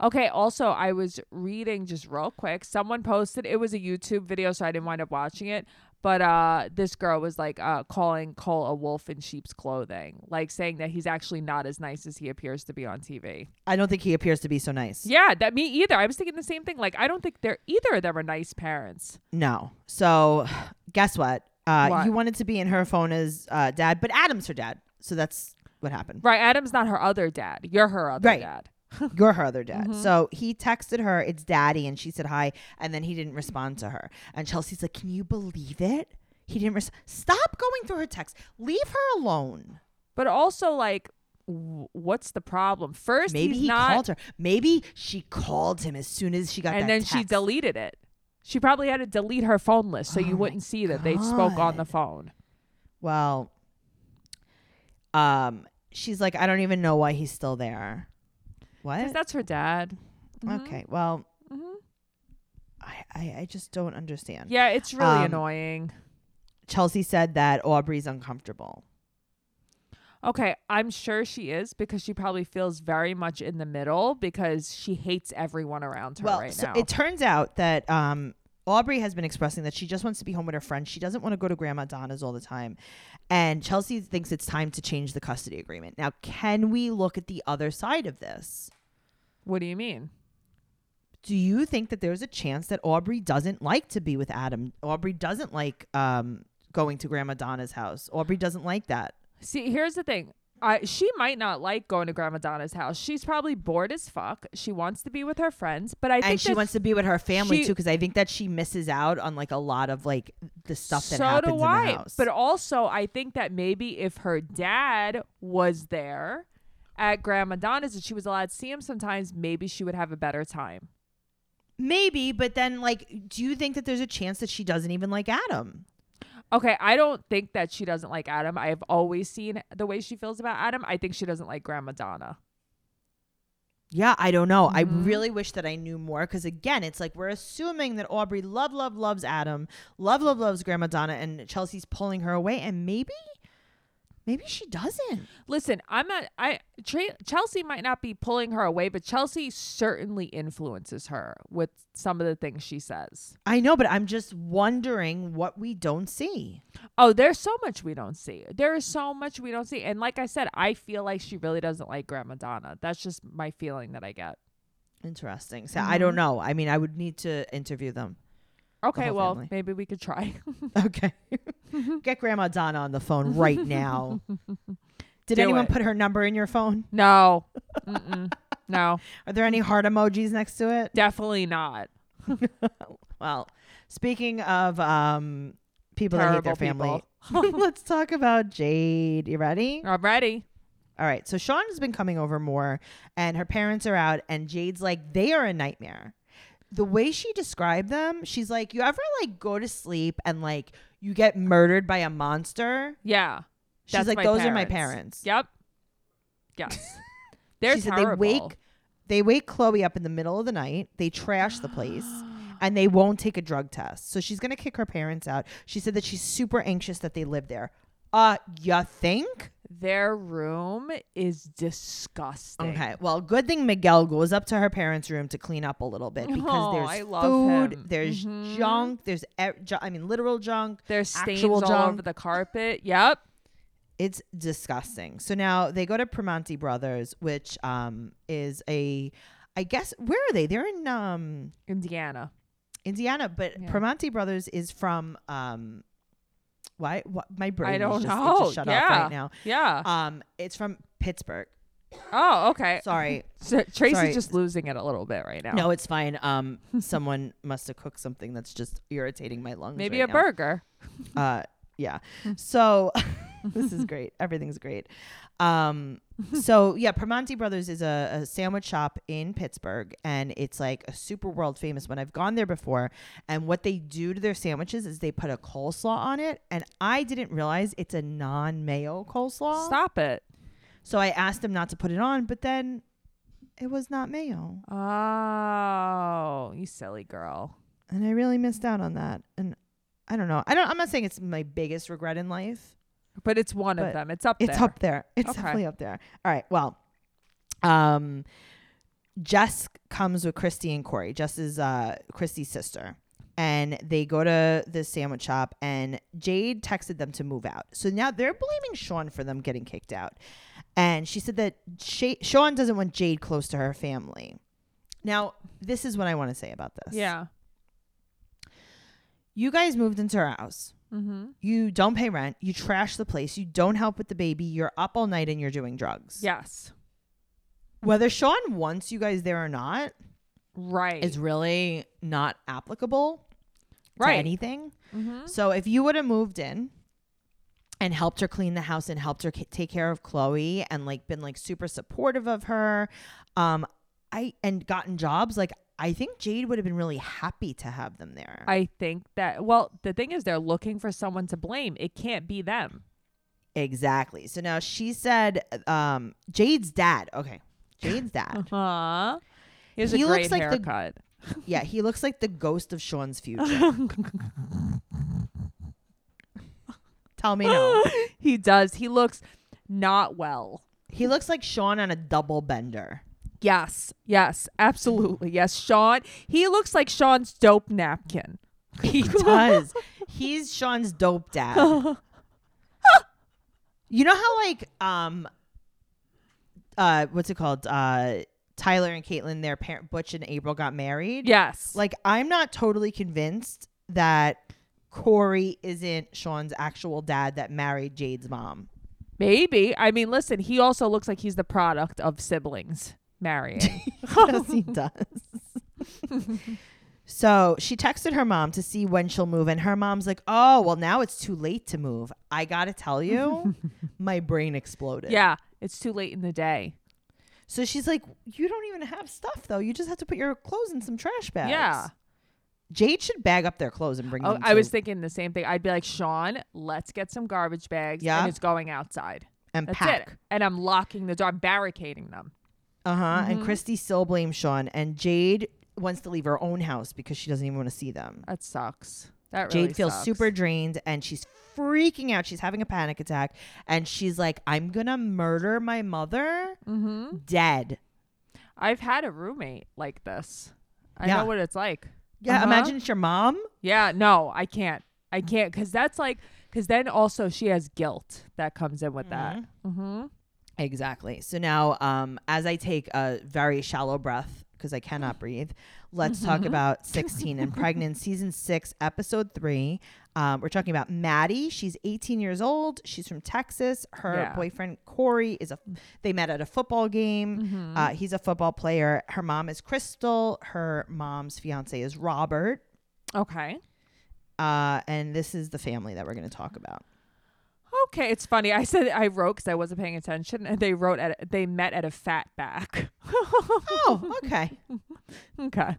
Okay, also, I was reading just real quick. Someone posted, it was a YouTube video, so I didn't wind up watching it. But uh, this girl was like uh, calling Cole a wolf in sheep's clothing, like saying that he's actually not as nice as he appears to be on TV. I don't think he appears to be so nice. Yeah, that me either. I was thinking the same thing. Like, I don't think they're either of them are nice parents. No. So guess what? Uh, What? You wanted to be in her phone as uh, dad, but Adam's her dad. So that's what happened. Right? Adam's not her other dad. You're her other Right. dad. You're her other dad. Mm-hmm. So he texted her, it's daddy. And she said hi. And then he didn't respond to her. And Chelsea's like, can you believe it? He didn't res- stop going through her text. Leave her alone. But also, like, w- what's the problem? First, Maybe he's he not, called her. Maybe she called him as soon as she got that and then she text. deleted it. She probably had to delete her phone list so Oh my you wouldn't see that they spoke on the phone. Well, um, she's like, I don't even know why he's still there. What? 'Cause that's her dad. Mhm. Okay. Well, Mhm. I, I, I just don't understand. Yeah, it's really Um, annoying. Chelsea said that Aubrey's uncomfortable. Okay, I'm sure she is because she probably feels very much in the middle because she hates everyone around her well, right so now. it turns out that um, Aubrey has been expressing that she just wants to be home with her friends. She doesn't want to go to Grandma Donna's all the time. And Chelsea thinks it's time to change the custody agreement. Now, can we look at the other side of this? what do you mean? Do you think that there's a chance that Aubrey doesn't like to be with Adam? Aubrey doesn't like um, going to Grandma Donna's house. Aubrey doesn't like that. See, here's the thing. I she might not like going to Grandma Donna's house. She's probably bored as fuck. She wants to be with her friends, but I and think she that wants to be with her family she- too because I think that she misses out on like a lot of like the stuff that so happens do I. in the house. But also, I think that maybe if her dad was there at Grandma Donna's and she was allowed to see him sometimes, maybe she would have a better time. Maybe, but then like, do you think that there's a chance that she doesn't even like Adam? Okay, I don't think that she doesn't like Adam. I have always seen the way she feels about Adam. I think she doesn't like Grandma Donna. Yeah, I don't know. I Mhm. really wish that I knew more because again, it's like we're assuming that Aubrey love, love, loves Adam, love, love, loves Grandma Donna, and Chelsea's pulling her away, and maybe, maybe she doesn't. Listen, I'm not. I Tra- Chelsea might not be pulling her away, but Chelsea certainly influences her with some of the things she says. I know, but I'm just wondering what we don't see. Oh, there's so much we don't see. There is so much we don't see, and like I said, I feel like she really doesn't like Grandma Donna. That's just my feeling that I get. Interesting. So I don't know. I mean, I would need to interview them. Okay, whole well, family. maybe we could try. Okay, get Grandma Donna on the phone right now. Did Do anyone it. put her number in your phone? no, Mm-mm. no, Are there any heart emojis next to it? definitely not. Well, speaking of um, people that hate their Terrible family, let's talk about Jade. You ready? I'm ready. All right. So Sean has been coming over more, and her parents are out, and Jade's like, they are a nightmare. The way she described them, she's like, you ever like go to sleep and like you get murdered by a monster? Yeah. She's That's like, my those are my parents. parents." Yep. Yes. They're she said terrible. they wake they wake Chloe up in the middle of the night. They trash the place. And they won't take a drug test. So she's gonna kick her parents out. She said that she's super anxious that they live there. Uh, you think? Their room is disgusting. Okay. Well, good thing Miguel goes up to her parents' room to clean up a little bit because Oh, there's I love food, him. there's Mhm. junk, there's e- ju- I mean literal junk. There's stains Actual all junk. over the carpet. Yep. It's disgusting. So now they go to Primanti Brothers, which um is a, I guess where are they? They're in um Indiana. Indiana, but Yeah. Primanti Brothers is from um why what my brain is don't just, it know. just shut off Yeah. right now. Yeah. Um it's from Pittsburgh. oh, okay. Sorry. So Tracy's sorry. just losing it a little bit right now. No, it's fine. Um someone must have cooked something that's just irritating my lungs. Maybe right a now. burger. Uh yeah. So this is great. Everything's great. Um so yeah, Primanti Brothers is a, a sandwich shop in Pittsburgh and it's like a super world famous one. I've gone there before and what they do to their sandwiches is they put a coleslaw on it and I didn't realize it's a non-mayo coleslaw. Stop it. So I asked them not to put it on, but then it was not mayo. Oh, you silly girl. And I really missed out on that. And I don't know. I don't I'm not saying it's my biggest regret in life. But it's one of But them. It's up It's there. up there. It's Okay. definitely up there. All right. Well, um, Jess comes with Christy and Corey. Jess is uh, Christy's sister. And they go to the sandwich shop, and Jade texted them to move out. So now they're blaming Sean for them getting kicked out. And she said that Sha- Sean doesn't want Jade close to her family. Now, this is what I want to say about this. Yeah. You guys moved into her house. Mm-hmm. You don't pay rent. You trash the place. You don't help with the baby. You're up all night and you're doing drugs. Yes. whether Sean wants you guys there or not Right. is really not applicable Right. to anything. hmm So if you would have moved in and helped her clean the house and helped her ca- take care of Chloe and like been like super supportive of her, um, I and gotten jobs like I think Jade would have been really happy to have them there. I think that well, the thing is they're looking for someone to blame. It can't be them. exactly. So now she said, um, Jade's dad. Okay, Jade's dad. Uh-huh. He has He a looks great like the- haircut. yeah, he looks like the ghost of Sean's future. Tell me no. he does. He looks not well. He looks like Sean on a double bender. Yes. Yes. Absolutely. Yes. Sean. He looks like Sean's dope napkin. He does. He's Sean's dope dad. you know how like um uh what's it called? Uh Tyler and Caitlin, their parent Butch and April got married. Yes. Like I'm not totally convinced that Corey isn't Sean's actual dad that married Jade's mom. Maybe. I mean, listen, he also looks like he's the product of siblings marrying. yes, he does. so she texted her mom to see when she'll move, and her mom's like, "Oh, well, now it's too late to move. I gotta tell you, my brain exploded." yeah, it's too late in the day. So she's like, "You don't even have stuff though. You just have to put your clothes in some trash bags." Yeah. Jade should bag up their clothes and bring Oh, them. I to was thinking the same thing. I'd be like, Sean, let's get some garbage bags. Yeah. And it's going outside. and That's pack. it. And I'm locking the door. I'm barricading them. Uh huh. Mm-hmm. And Christy still blames Sean, and Jade wants to leave her own house because she doesn't even want to see them. That sucks. That really Jade feels sucks. super drained and she's freaking out. She's having a panic attack and she's like, I'm gonna murder my mother Mm-hmm. dead. I've had a roommate like this. I Yeah. know what it's like. Yeah, Uh-huh. imagine it's your mom. Yeah, no, I can't. I Mm. can't because that's like because then also she has guilt that comes in with that. Mm-hmm. Exactly. So now, um, as I take a very shallow breath because I cannot breathe, let's talk about 16 and Pregnant, season six, episode three. Um, we're talking about Maddie. She's 18 years old. She's from Texas. Her Yeah. boyfriend Corey is a. They met at a football game. Mm-hmm. Uh, he's a football player. Her mom is Crystal. Her mom's fiance is Robert. Mm-hmm. Okay. Uh, and this is the family that we're going to talk about. Okay, it's funny. I said I wrote because I wasn't paying attention, and they wrote at they met at a fat back. Oh, okay. okay.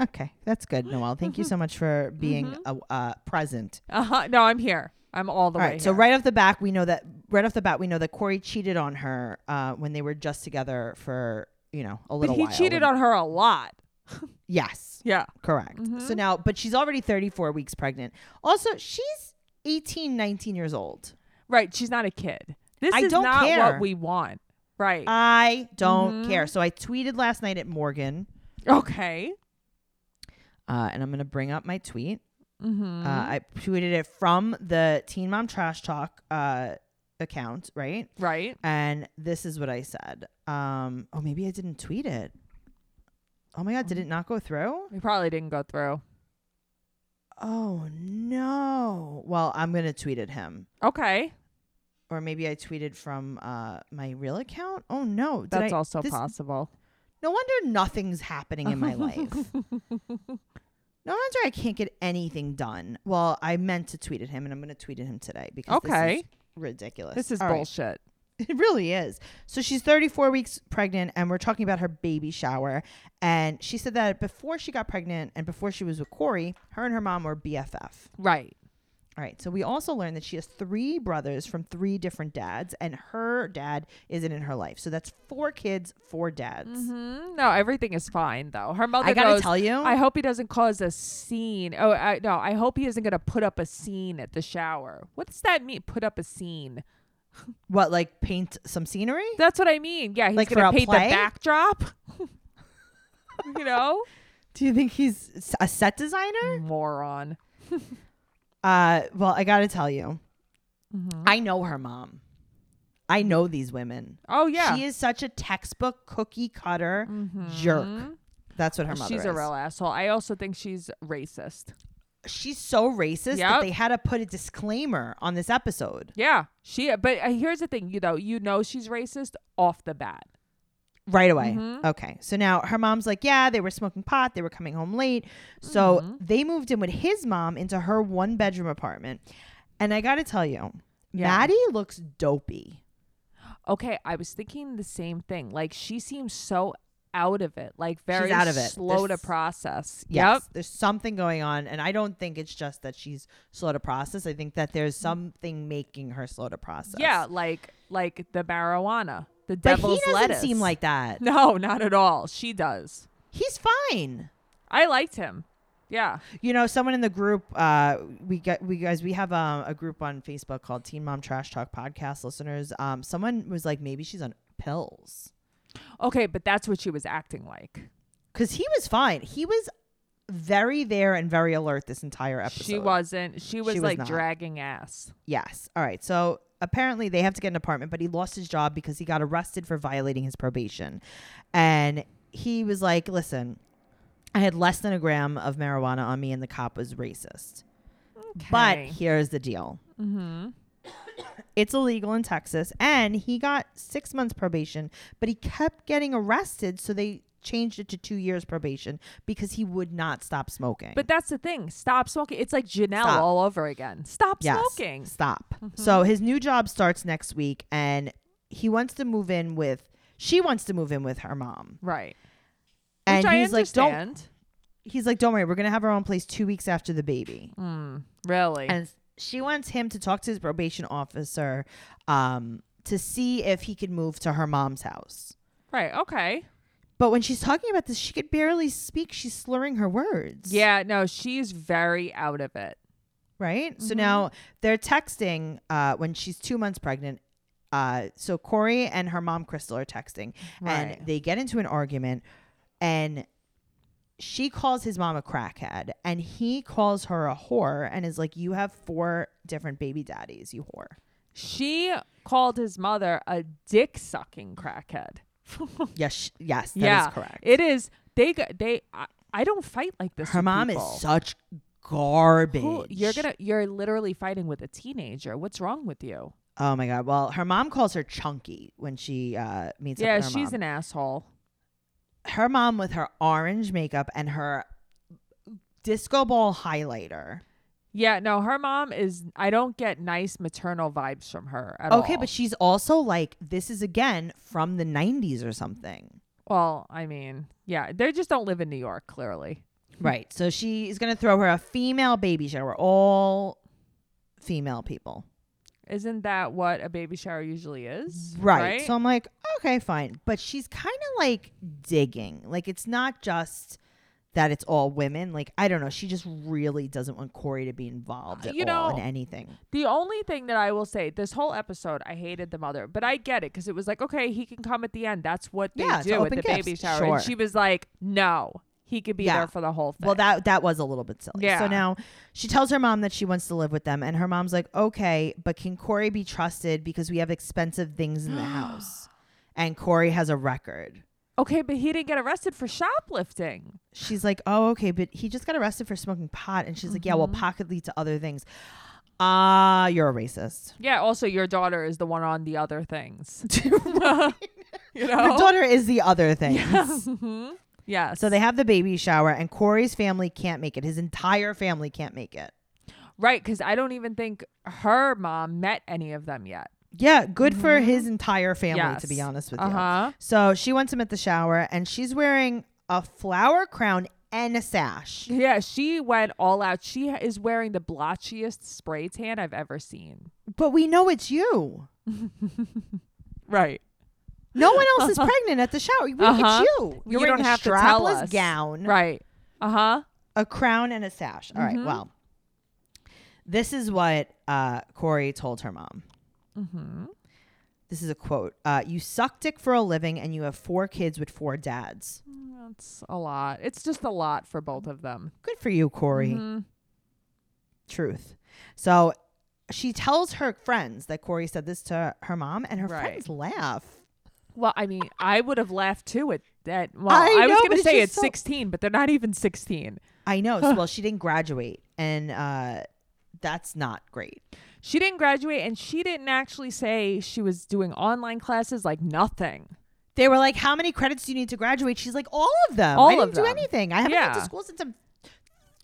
Okay, that's good, Noel. Thank you so much for being a, uh, present. Uh huh. No, I'm here. I'm all Mm-hmm. the All way. right, so here. right off the back, we know that right off the bat, we know that Corey cheated on her uh, when they were just together for you know a but little. he while. cheated on her a lot. Yes, Yeah. correct. Mm-hmm. So now, but she's already 34 weeks pregnant. Also, she's 18, 19 years old. Right. She's not a kid. This I is don't not care. Uh, what we want. Right. I don't Mm-hmm. care. So I tweeted last night at Morgan, okay. uh, and I'm gonna bring up my tweet. Mm-hmm. Uh, I tweeted it from the Teen Mom Trash Talk uh, account, right? right. And this is what I said. Um, oh, maybe I didn't tweet it. Oh my Mm. God, did it not go through? We probably didn't go through. Oh no. Well, I'm going to tweet at him. Okay. Or maybe I tweeted from uh, my real account. Oh no. Did That's I- also this- possible. No wonder nothing's happening in my life. No wonder I can't get anything done. Well, I meant to tweet at him and I'm going to tweet at him today because this Okay. is ridiculous. This is All right. bullshit. It really is. So she's 34 weeks pregnant, and we're talking about her baby shower. And she said that before she got pregnant and before she was with Corey, her and her mom were BFF. Right. All right. So we also learned that she has three brothers from three different dads, and her dad isn't in her life. So that's four kids, four dads. Mm, no, everything is fine though. Her mother. I gotta knows, tell you- I hope he doesn't cause a scene. Oh I, no, I hope he isn't gonna put up a scene at the shower. What does that mean? Put up a scene. What, like paint some scenery? That's what I mean. Yeah, he's Like for gonna a paint play? the backdrop. you know, Do you think he's s- a set designer? moron. Uh, well, I got to tell you, Mm-hmm. I know her mom. I know these women. Oh yeah, Mm-hmm. She is such a textbook cookie cutter jerk. That's what her mother she's is. a real asshole. I also think she's racist. She's so racist that Yep. they had to put a disclaimer on this episode. Yeah, she. But uh, here's the thing, you know, you know she's racist off the bat. Right away. Mm-hmm. Okay. So now her mom's like, yeah, they were smoking pot. They were coming home late. So Mm-hmm. they moved in with his mom into her one bedroom apartment. And I got to tell you, Yeah. Maddie looks dopey. okay, I was thinking the same thing. Like she seems so out of it, like very out of it. slow This- to process. Yes. Yep. There's something going on. And I don't think it's just that she's slow to process. I think that there's something making her slow to process. Yeah, like like the marijuana, the But devil's he doesn't lettuce. seem like that. no, not at all. She does. He's fine. I liked him. Yeah. You know, someone in the group, uh, we got we guys we have um, a group on Facebook called Teen Mom Trash Talk Podcast Listeners. Um, someone was like, maybe she's on pills Okay, but that's what she was acting like. because he was fine. He was very there and very alert this entire episode. She wasn't. She was She was like not. dragging ass. Yes. All right. So apparently they have to get an apartment, but he lost his job because he got arrested for violating his probation. And he was like, listen, I had less than a gram of marijuana on me, and the cop was racist. But Okay. Mm-hmm. here's the deal. It's illegal in Texas. And he got six months probation, but he kept getting arrested. So they changed it to two years probation because he would not stop smoking. But that's the thing. Stop smoking. It's like Janelle Stop. all over again. Stop Yes. smoking. Mm-hmm. Stop. So his new job starts next week, and he wants to move in with. She wants to move in with her mom, Right. and Which he's I like, "Don't." understand. He's like, "Don't worry, we're gonna have our own place two weeks after the baby." Mm, really? And she wants him to talk to his probation officer um, to see if he could move to her mom's house. right. Okay. But when she's talking about this, she could barely speak. She's slurring her words. Yeah. No, she's very out of it. right? So Mhm. now they're texting uh, when she's two months pregnant. Uh, so Corey and her mom Crystal are texting, Right. and they get into an argument, and she calls his mom a crackhead, and he calls her a whore, and is like, "You have four different baby daddies, you whore." She called his mother a dick sucking crackhead. Yes, sh- yes, that is yeah. correct. It is. They. g- They. I, I don't fight like this. her with mom people. is such garbage. Who- You're gonna. You're literally fighting with a teenager. What's wrong with you? Oh my god. Well, her mom calls her chunky when she uh, meets. up yeah, with her she's mom. an asshole. her mom with her orange makeup and her disco ball highlighter. Yeah, no, her mom is. I don't get nice maternal vibes from her at all. okay, but she's also like this is again from the 90s or something. well, I mean, yeah, they just don't live in New York. Clearly, Right. So she is going to throw her a female baby shower all female people. isn't that what a baby shower usually is? Right. So I'm like, okay, fine. But she's kind of like digging. Like it's not just that it's all women. Like I don't know, she just really doesn't want Corey to be involved at You all know, in anything. The only thing that I will say, this whole episode, I hated the mother, but I get it because it was like, okay, he can come at the end. That's what they Yeah, it's do at open the gifts. baby shower. Sure. And she was like, no, he could be Yeah. there for the whole thing. Well, that that was a little bit silly. So Yeah. now she tells her mom that she wants to live with them, and her mom's like, "Okay, but can Corey be trusted because we have expensive things in the house, and Corey has a record." okay, but he didn't get arrested for shoplifting. She's like, "Oh, okay, but he just got arrested for smoking pot," and she's like, "Yeah, Mm-hmm. well, pot could lead to other things." Ah, you're a racist. Yeah. Also, your daughter is the one on the other things. you know. Your daughter is the other thing. mm-hmm. Yes. So they have the baby shower, and Corey's family can't make it. His entire family can't make it. right because I don't even think her mom met any of them yet. Yeah, good for his entire family, to be Mm-hmm. Yes. honest with Uh you. huh. So she wants him at the shower, and she's wearing a flower crown and a sash. Yeah, she went all out. She ha- is wearing the blotchiest spray tan I've ever seen. But we know it's you. Right. No one else is pregnant at the shower. We, Uh-huh. It's you. You're you wearing don't a have to strapless tell us. gown, Right. Uh huh. a crown, and a sash. All right. Mhm. Well, this is what uh, Corey told her mom. Mm-hmm. This is a quote. Uh, you suck dick for a living, and you have four kids with four dads. That's a lot. It's just a lot for both of them. Good for you, Corey. Mhm. truth. So she tells her friends that Corey said this to her mom, and her Right. friends laugh. Well, I mean, I would have laughed too at that. Well, I I, know, was but going it's to say just it's so- 16, but they're not even 16. I know. So, well, she didn't graduate, and uh, that's not great. She didn't graduate and she didn't actually say she was doing online classes like nothing. They were like, "How many credits do you need to graduate?" She's like, "All of them. All I didn't of do them. anything. I haven't been Yeah. to school since I'm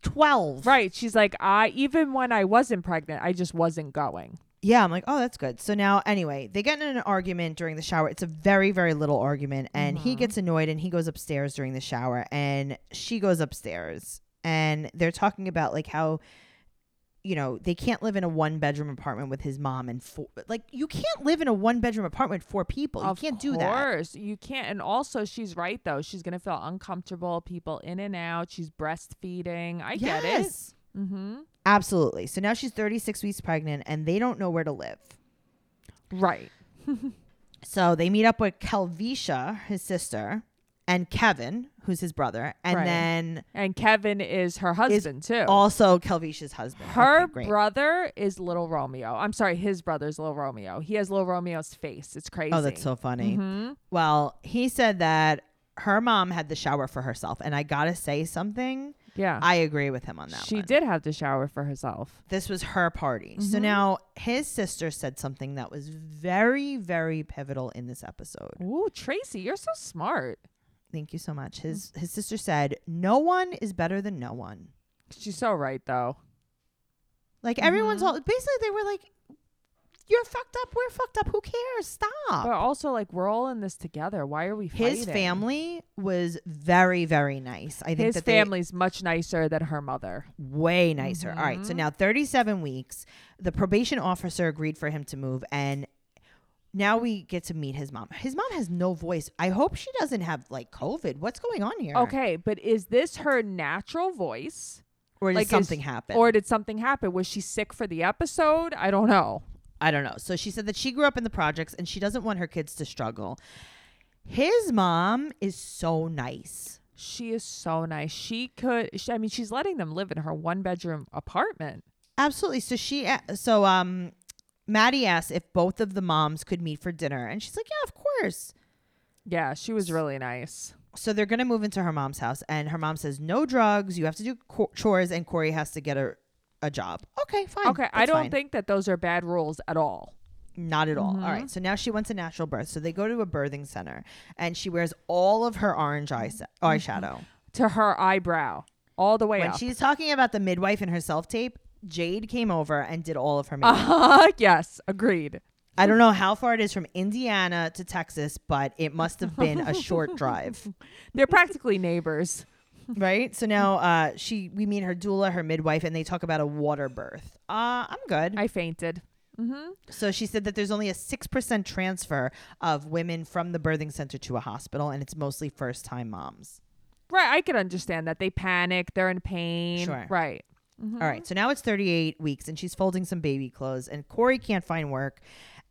12. Right. She's like, I even when I wasn't pregnant, I just wasn't going. Yeah, I'm like, oh, that's good. So now, anyway, they get in an argument during the shower. It's a very, very little argument. And Mm-hmm. he gets annoyed and he goes upstairs during the shower. And she goes upstairs. And they're talking about like how, you know, they can't live in a one bedroom apartment with his mom and four. Like, you can't live in a one bedroom apartment with four people. Of you can't do that. course, You can't. And also, she's right though. She's gonna feel uncomfortable. People in and out. She's breastfeeding. I get it. Yes. Mm-hmm. Absolutely. So now she's 36 weeks pregnant and they don't know where to live. Right. So they meet up with Calvisha, his sister, and Kevin, who's his brother, and Right. then And Kevin is her husband too. also Calvisha's husband. her Okay, great. brother is Little Romeo. I'm sorry, his brother's Little Romeo. He has Little Romeo's face. It's crazy. Oh, that's so funny. Mhm. Well, he said that her mom had the shower for herself, and I gotta say something. Yeah. I agree with him on that. she one. did Mm-hmm. have to shower for herself. This was her party. So now his sister said something that was very, very pivotal in this episode. Ooh, Tracy, you're so smart. Thank you so much. Mm. His his sister said, "No one is better than no one." She's so right though. Like everyone's Mm-hmm. all basically they were like, "You're fucked up. We're fucked up. Who cares? Stop." But also, like, we're all in this together. Why are we fighting? his family was very, very nice. I think His that they- family's much nicer than her mother. way nicer. All right. Mm-hmm. So now 37 weeks, the probation officer agreed for him to move and now we get to meet his mom. His mom has no voice. I hope she doesn't have like COVID. What's going on here? Okay, but is this her natural voice? Or did Like, is- something happen? Or did something happen? Was she sick for the episode? I don't know. I don't know. So she said that she grew up in the projects and she doesn't want her kids to struggle. His mom is so nice. She is so nice. She could, sh I mean, she's letting them live in her one bedroom apartment. Absolutely. So she a- so um Maddie asked if both of the moms could meet for dinner and she's like, "Yeah, of course." Yeah, she was really nice. so they're gonna move into her mom's house, and her mom says no drugs. You have to do co- chores, and Corey has to get a a job. Okay, fine. Okay, I That's don't fine. think that those are bad rules at all. not at all. All Mm-hmm. right. So now she wants a natural birth. So they go to a birthing center, and she wears all of her orange eye Mm-hmm. eyeshadow. To her eyebrow, all the way When up. she's talking about the midwife and her self tape, Jade came over and did all of her makeup. uh, yes, agreed. I don't know how far it is from Indiana to Texas, but it must have been a short drive. They're practically neighbors. Right. So now uh, she, we meet her doula, her midwife, and they talk about a water birth. Uh, I'm good. I fainted. So she said that there's only a 6% transfer of women from the birthing center to a hospital, and it's mostly first time moms. Right, I could understand that. They panic, they're in pain. Sure. Right. All right, so now it's 38 weeks, and she's folding some baby clothes, and Corey can't find work.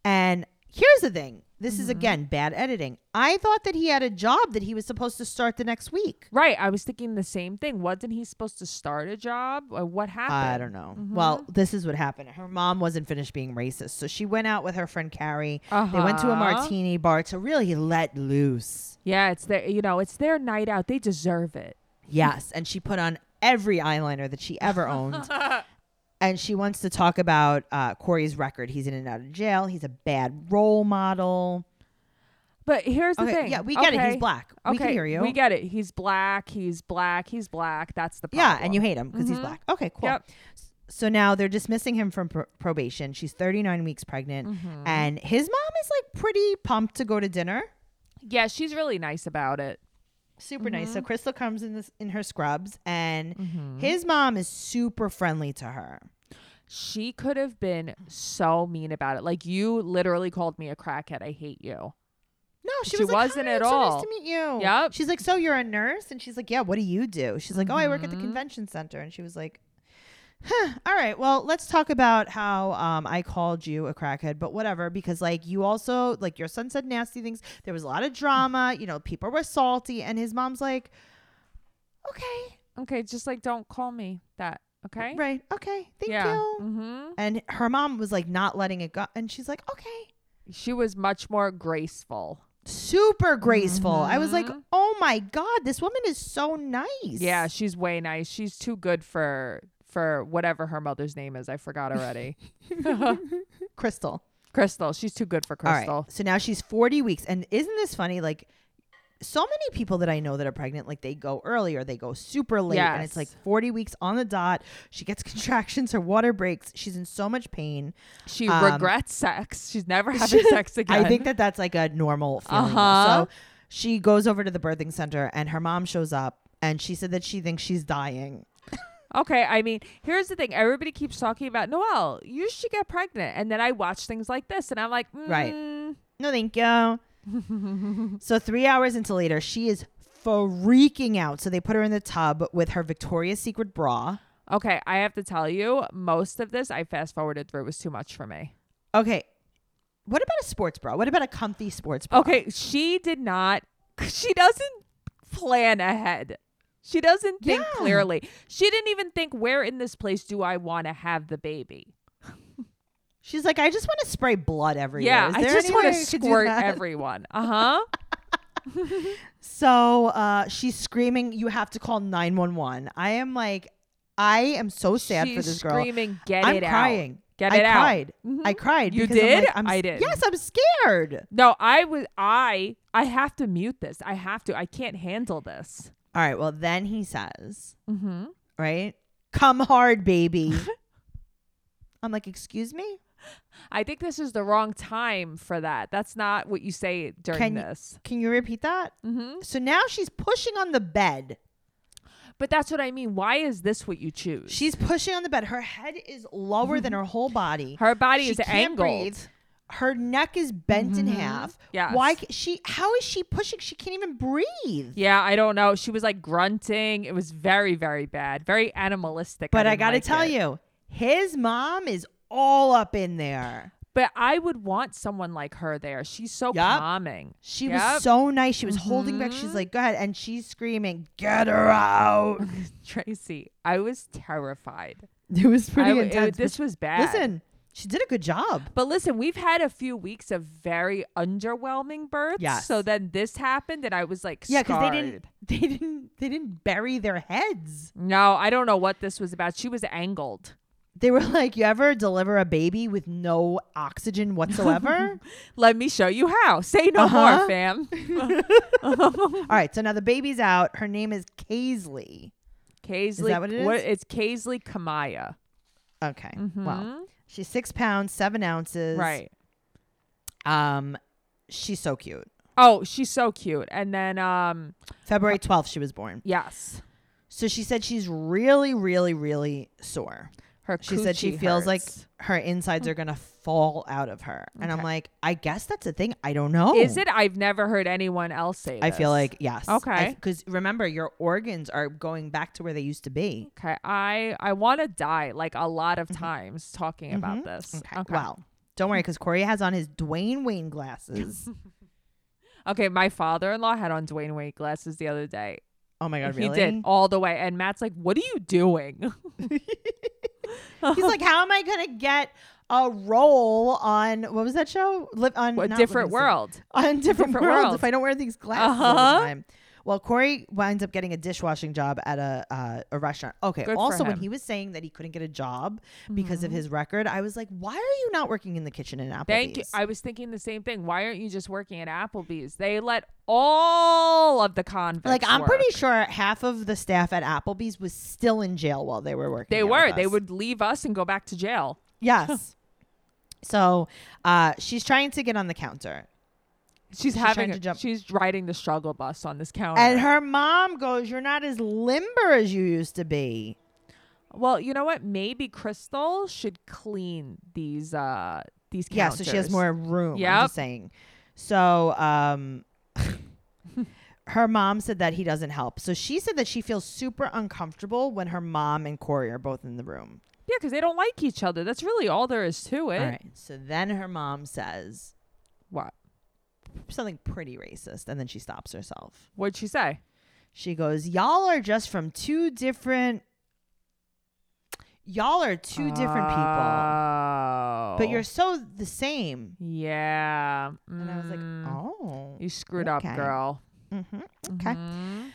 And here's the thing this is again bad editing. I thought that he had a job that he was supposed to start the next week. Right. I was thinking the same thing. Wasn't he supposed to start a job? Or what happened? I don't know. Well, Mm-hmm. this is what happened. Her mom wasn't finished being racist. So she went out with her friend Carrie. They went to a Uh-huh. martini bar to really let loose. Yeah, it's their you know, it's their night out. They deserve it. Yes, and she put on every eyeliner that she ever owned. and she wants to talk about uh, Corey's record. He's in and out of jail. He's a bad role model. But here's the Okay, thing. yeah, we get it. He's Okay. black. Okay. We can hear you. We get it. He's black. He's black. He's black. That's the problem. Mm-hmm. yeah, and you hate him because he's black. Okay, cool. Yep. S- So now they're dismissing him from pr- probation. She's 39 weeks pregnant, and his mom is like pretty pumped to go to dinner. Yeah, she's really nice about it. Super nice. So Crystal comes in this in her scrubs, and his mom is super friendly to her. She could have been so mean about it. Like you literally called me a crackhead. I hate you. No, she, She was like, wasn't "Hi, at it's So all. nice to meet you. Yep. She's like, so you're a nurse, and she's like, yeah. What do you do? She's like, oh, I work at the Mm-hmm. convention center, and she was like, huh. All right, well, let's talk about how um, I called you a crackhead, but whatever, because like you also like your son said nasty things. There was a lot of drama. You know, people were salty, and his mom's like, okay, Okay, just like don't call me that. Okay. right, okay, thank yeah. you. Mm-hmm. And her mom was like not letting it go, and she's like, okay. She was much more graceful. Super graceful. I was like, oh my God, this woman is so nice. Mm-hmm. Yeah, she's way nice. She's too good for for whatever her mother's name is. I forgot already. Crystal. Crystal. She's too good for Crystal. All right. So now she's 40 weeks. And isn't this funny? Like, so many people that I know that are pregnant, like they go early or they go super late. And it's Yes. like 40 weeks on the dot. She gets contractions, her water breaks. She's in so much pain. She Um, regrets sex. She's never having sex again. I think that that's like a normal feeling. though. Uh-huh. So she goes over to the birthing center and her mom shows up and she said that she thinks she's dying. Okay, I mean, here's the thing. Everybody keeps talking about Noelle. You should get pregnant, and then I watch things like this, and I'm like, Right. mm, No, thank you. so three hours into later, she is freaking out. So they put her in the tub with her Victoria's Secret bra. Okay, I have to tell you, most of this I fast forwarded through. It was too much for me. Okay. What about a sports bra? What about a comfy sports bra? Okay, she did not. She doesn't plan ahead. She doesn't think Yeah. clearly. She didn't even think, where in this place do I want to have the baby? She's like, I just want to spray blood everywhere. Yeah, Is I there just any want way to I could do squirt that?" everyone. Uh huh. so uh, she's screaming, "You have to call 911." I am like, I am so sad She's for this girl. Screaming, get I'm it crying. out. Get I it out. Mm-hmm. cried. I cried. You because I'm did? like, I'm I s- didn't. Yes, I'm scared. No, I was I I have to mute this. I have to. I can't handle this. All right. Well, then he says, Mm-hmm. right? Come hard, baby. I'm like, excuse me? I think this is the wrong time for that. That's not what you say during Can you- this. Can you repeat that? hmm So now she's pushing on the bed. But that's what I mean. Why is this what you choose? She's pushing on the bed. Her head is lower than her whole body. Mm-hmm. Her body She is can't angled. Mm-hmm. breathe. Her neck is bent in half. Yes. Why c- she how is she pushing? She can't even breathe. Yeah, I don't know. She was like grunting. It was very, very bad. Very animalistic. But I, didn't got to like tell it. you, his mom is all up in there. But I would want someone like her there. She's so Yup. calming. She Yep. Mm-hmm. was so nice. She was holding back. She's like, "Go ahead," and she's screaming, "Get her out!" Tracy, I was terrified. It was I pretty w- it- intense. but this was bad. Listen, she did a good job. But listen, we've had a few weeks of very underwhelming births. Yes. So then this happened, and I was like, Yeah, because they scarred. didn't, they didn't, they didn't bury their heads. No, I don't know what this was about. She was angled. They were like, "You ever deliver a baby with no oxygen whatsoever?" Let me show you how. Say no more, Uh-huh. fam. All right, so now the baby's out. Her name is Paisley. Kaisley. what it is? It's Kaisley Kamaya. Okay, well, Mhm. she's six pounds seven ounces. right. Um, she's so cute. Oh, she's so cute. And then, um, February twelfth, she was born. yes, So she said she's really, really, really sore. her. She said she coochie feels like hurts. her insides are gonna fall out of her. And I'm Okay. like, I guess that's a thing. I don't know. Is it? I've never heard anyone else say. Oh. I feel this. like yes. Okay. Because remember, your organs are going back to where they used to be. Okay, I I want to die like a lot of times talking about this. Mm-hmm. Okay. Well, don't worry, because Corey has on his Dwayne Wayne glasses. Okay, my father-in-law had on Dwayne Wade glasses the other day. oh my god, He really? did all the way, and Matt's like, "What are you doing?" He's like, how am I gonna get a role on what was that show? Live on A not different Livingston. world. on different, Different worlds world. if I don't wear these glasses all Uh-huh. the time. Well, Corey winds up getting a dishwashing job at a uh, a restaurant. Okay. Good for also, when him. Mm-hmm. he was saying that he couldn't get a job because of his record, I was like, "Why are you not working in the kitchen in Applebee's?" Thank you. I was thinking the same thing. Why aren't you just working at Applebee's? They let all of the convicts. like, I'm work. pretty sure half of the staff at Applebee's was still in jail while they were working. They there were. with They us. would leave us and go back to jail. Yes. so, uh, she's trying to get on the counter, She's, trying having. to A, jump. She's riding the struggle bus on this counter. and her mom goes, "You're not as limber as you used to be." well, you know what? Maybe Crystal should clean these. uh These Yeah, counters. so she has more room. I'm Yep. just saying. So um her mom said that he doesn't help. So she said that she feels super uncomfortable when her mom and Corey are both in the room. Yeah, because they don't like each other. That's really all there is to it. All right. So then her mom says What? something pretty racist and then she stops herself. What'd she say? She goes, Y'all are just from two different Y'all are two different people. Oh. But you're so the same. Yeah. And I was like, Mm. Oh. You screwed okay. up, girl. hmm Okay. Mhm.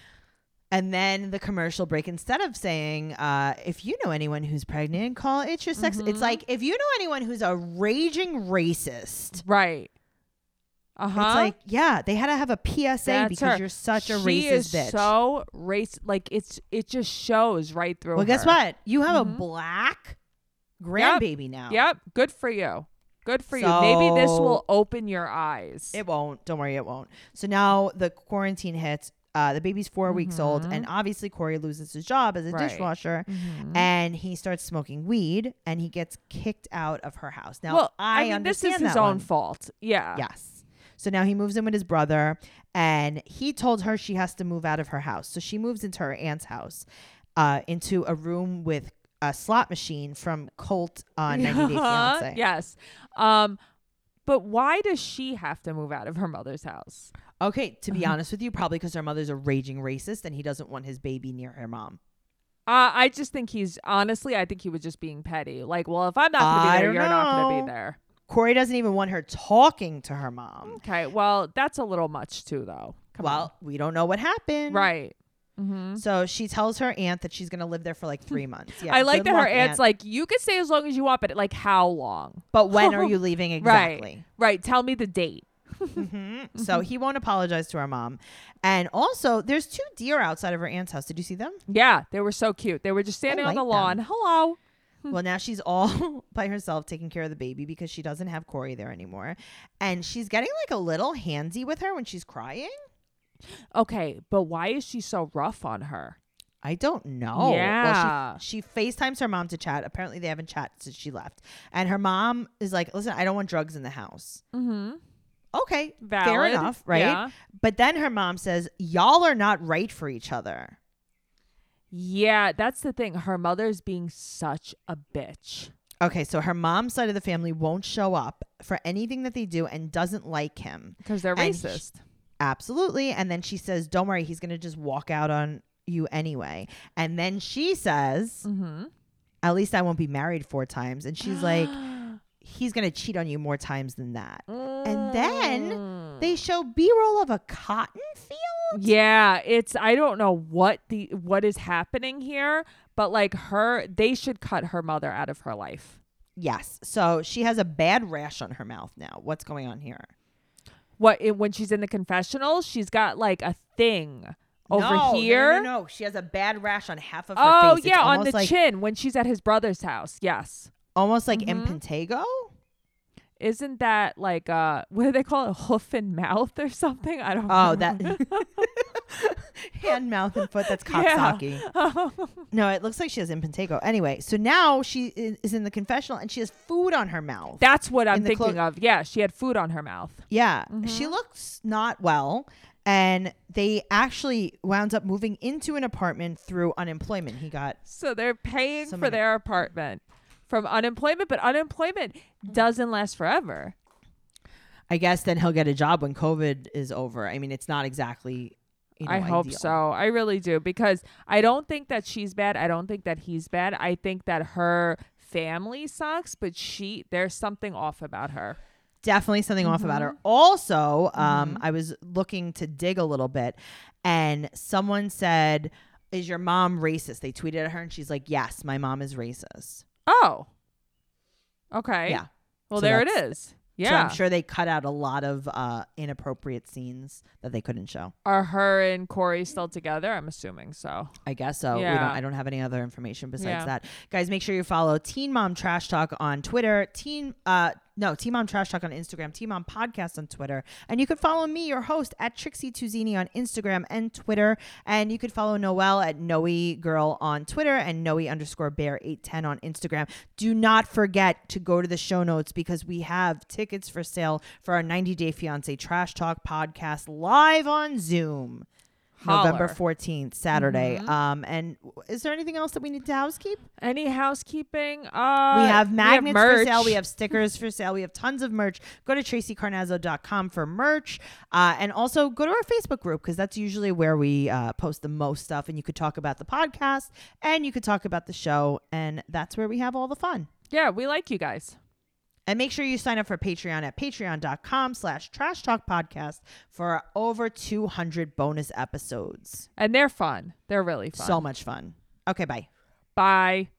And then the commercial break, instead of saying, uh, if you know anyone who's pregnant, call It's Your Sex. Mm-hmm. It's like, if you know anyone who's a raging racist, Right. Uh huh. it's like, yeah, they had to have a PSA That's because her. you're such a she racist is bitch. So race, like it's it just shows right through. well, guess her. what? You have a Mhm. black grandbaby now. Yep. Good for you. Good for you. Maybe this So- will open your eyes. It won't. Don't worry, it won't. So now the quarantine hits. Uh, the baby's 4 weeks old. And obviously, Corey loses his job as a Mm-hmm. Right. dishwasher. Mhm. And he starts smoking weed and he gets kicked out of her house. Now, well, I, mean, this understand is that his own one. fault. Yeah. Yes. So now he moves in with his brother, and he told her she has to move out of her house. So she moves into her aunt's house, uh, into a room with a slot machine from Colt on 90 Day Uh-huh. Fiance. Yes. Um, but why does she have to move out of her mother's house? Okay, to be Uh-huh. honest with you, probably because her mother's a raging racist and he doesn't want his baby near her mom. Uh, I just think he's honestly, I think he was just being petty. Like, well, if I'm not gonna I be there, don't you're not gonna know. be there. Corey doesn't even want her talking to her mom. Okay. Well, that's a little much too, though. Mm, Come well, we don't know what on. happened. right. Mm-hmm. So she tells her aunt that she's going to live there for like three months. Yeah, I like good that her luck, aunt's aunt. like, you could stay as long as you want, but like, how long? But when are you leaving exactly? Right. Mm-hmm. Tell me the date. Mhm. So he won't apologize to her mom. And also, there's two deer outside of her aunt's house. Did you see them? Yeah, they were so cute. They were just standing like on the them. lawn. Hello. Well, now she's all by herself taking care of the baby because she doesn't have Corey there anymore. And she's getting like a little handsy with her when she's crying. Okay, but why is she so rough on her? I don't know. Yeah. Well, she, she FaceTimes her mom to chat. Apparently, they haven't chat since she left. And her mom is like, listen, I don't want drugs in the house. Mm-hmm. Okay. Valid. Fair enough, right? Yeah. But then her mom says, y'all are not right for each other. Yeah, that's the thing. Her mother's being such a bitch. Okay, so her mom's side of the family won't show up for anything that they do and doesn't like him. Because they're And sh- racist. Absolutely. And then she says, Don't worry, he's going to just walk out on you anyway. And then she says, mm-hmm. At least I won't be married four times. And she's like, He's going to cheat on you more times than that. and then They show B roll of a cotton field. Yeah, it's I don't know what the what is happening here, but like her they should cut her mother out of her life. Yes. So she has a bad rash on her mouth now. What's going on here? What it, when she's in the confessional, she's got like a thing over No, here. No, no, no, She has a bad rash on half of her Oh face. It's yeah, on almost the like, chin when she's at his brother's house. Yes. Almost like Mhm. impetigo. Isn't that like uh what do they call it? Hoof and mouth or something? I don't Oh, that remember. hand, mouth, and foot. That's Yeah. Coxsackie. No, it looks like she has impetigo. Anyway, so now she i- is in the confessional and she has food on her mouth. That's what I'm In the clo- thinking of. Yeah, she had food on her mouth. yeah, Mm-hmm. she looks not well. And they actually wound up moving into an apartment through unemployment. He got So they're paying So for many- their apartment from unemployment, but unemployment doesn't last forever. I guess then he'll get a job when COVID is over. I mean, it's not exactly. You know, I hope ideal. so. I really do because I don't think that she's bad. I don't think that he's bad. I think that her family sucks, but she there's something off about her. Definitely something off about Mm-hmm. her. Also, um, I was looking to dig a little bit, and someone said, "Is your mom racist?" They tweeted at her, and she's like, "Yes, my mom is racist." Oh. Okay. Yeah. Well, So there it that's- is. Yeah. So I'm sure they cut out a lot of uh, inappropriate scenes that they couldn't show. Are her and Corey still together? I'm assuming so. I guess so. We Yeah. don't, I don't have any other information besides Yeah. that. Guys, make sure you follow Teen Mom Trash Talk on Twitter. Teen, uh, no, Teen Mom Trash Talk on Instagram. Teen Mom Podcast on Twitter. And you could follow me, your host, at Trixie Tuzini on Instagram and Twitter. And you could follow Noelle at Noe Girl on Twitter and Noe underscore Bear eight ten on Instagram. Do not forget to go to the show notes because we have tickets for sale for our 90 Day Fiance Trash Talk podcast live on Zoom. November Holler. 14th, Saturday. Um, and w- is there anything else that we need to housekeep? Any housekeeping? Uh, we have magnets for sale. merch. We have stickers for sale. We have tons of merch. Go to tracycarnazzo.com for merch. Uh, and also go to our Facebook group because that's usually where we uh, post the most stuff. And you could talk about the podcast and you could talk about the show. And that's where we have all the fun. Yeah, we like you guys. And make sure you sign up for Patreon at patreon.com slash trash talk podcast for over 200 bonus episodes. And they're fun. They're really fun. So much fun. Okay, bye. Bye.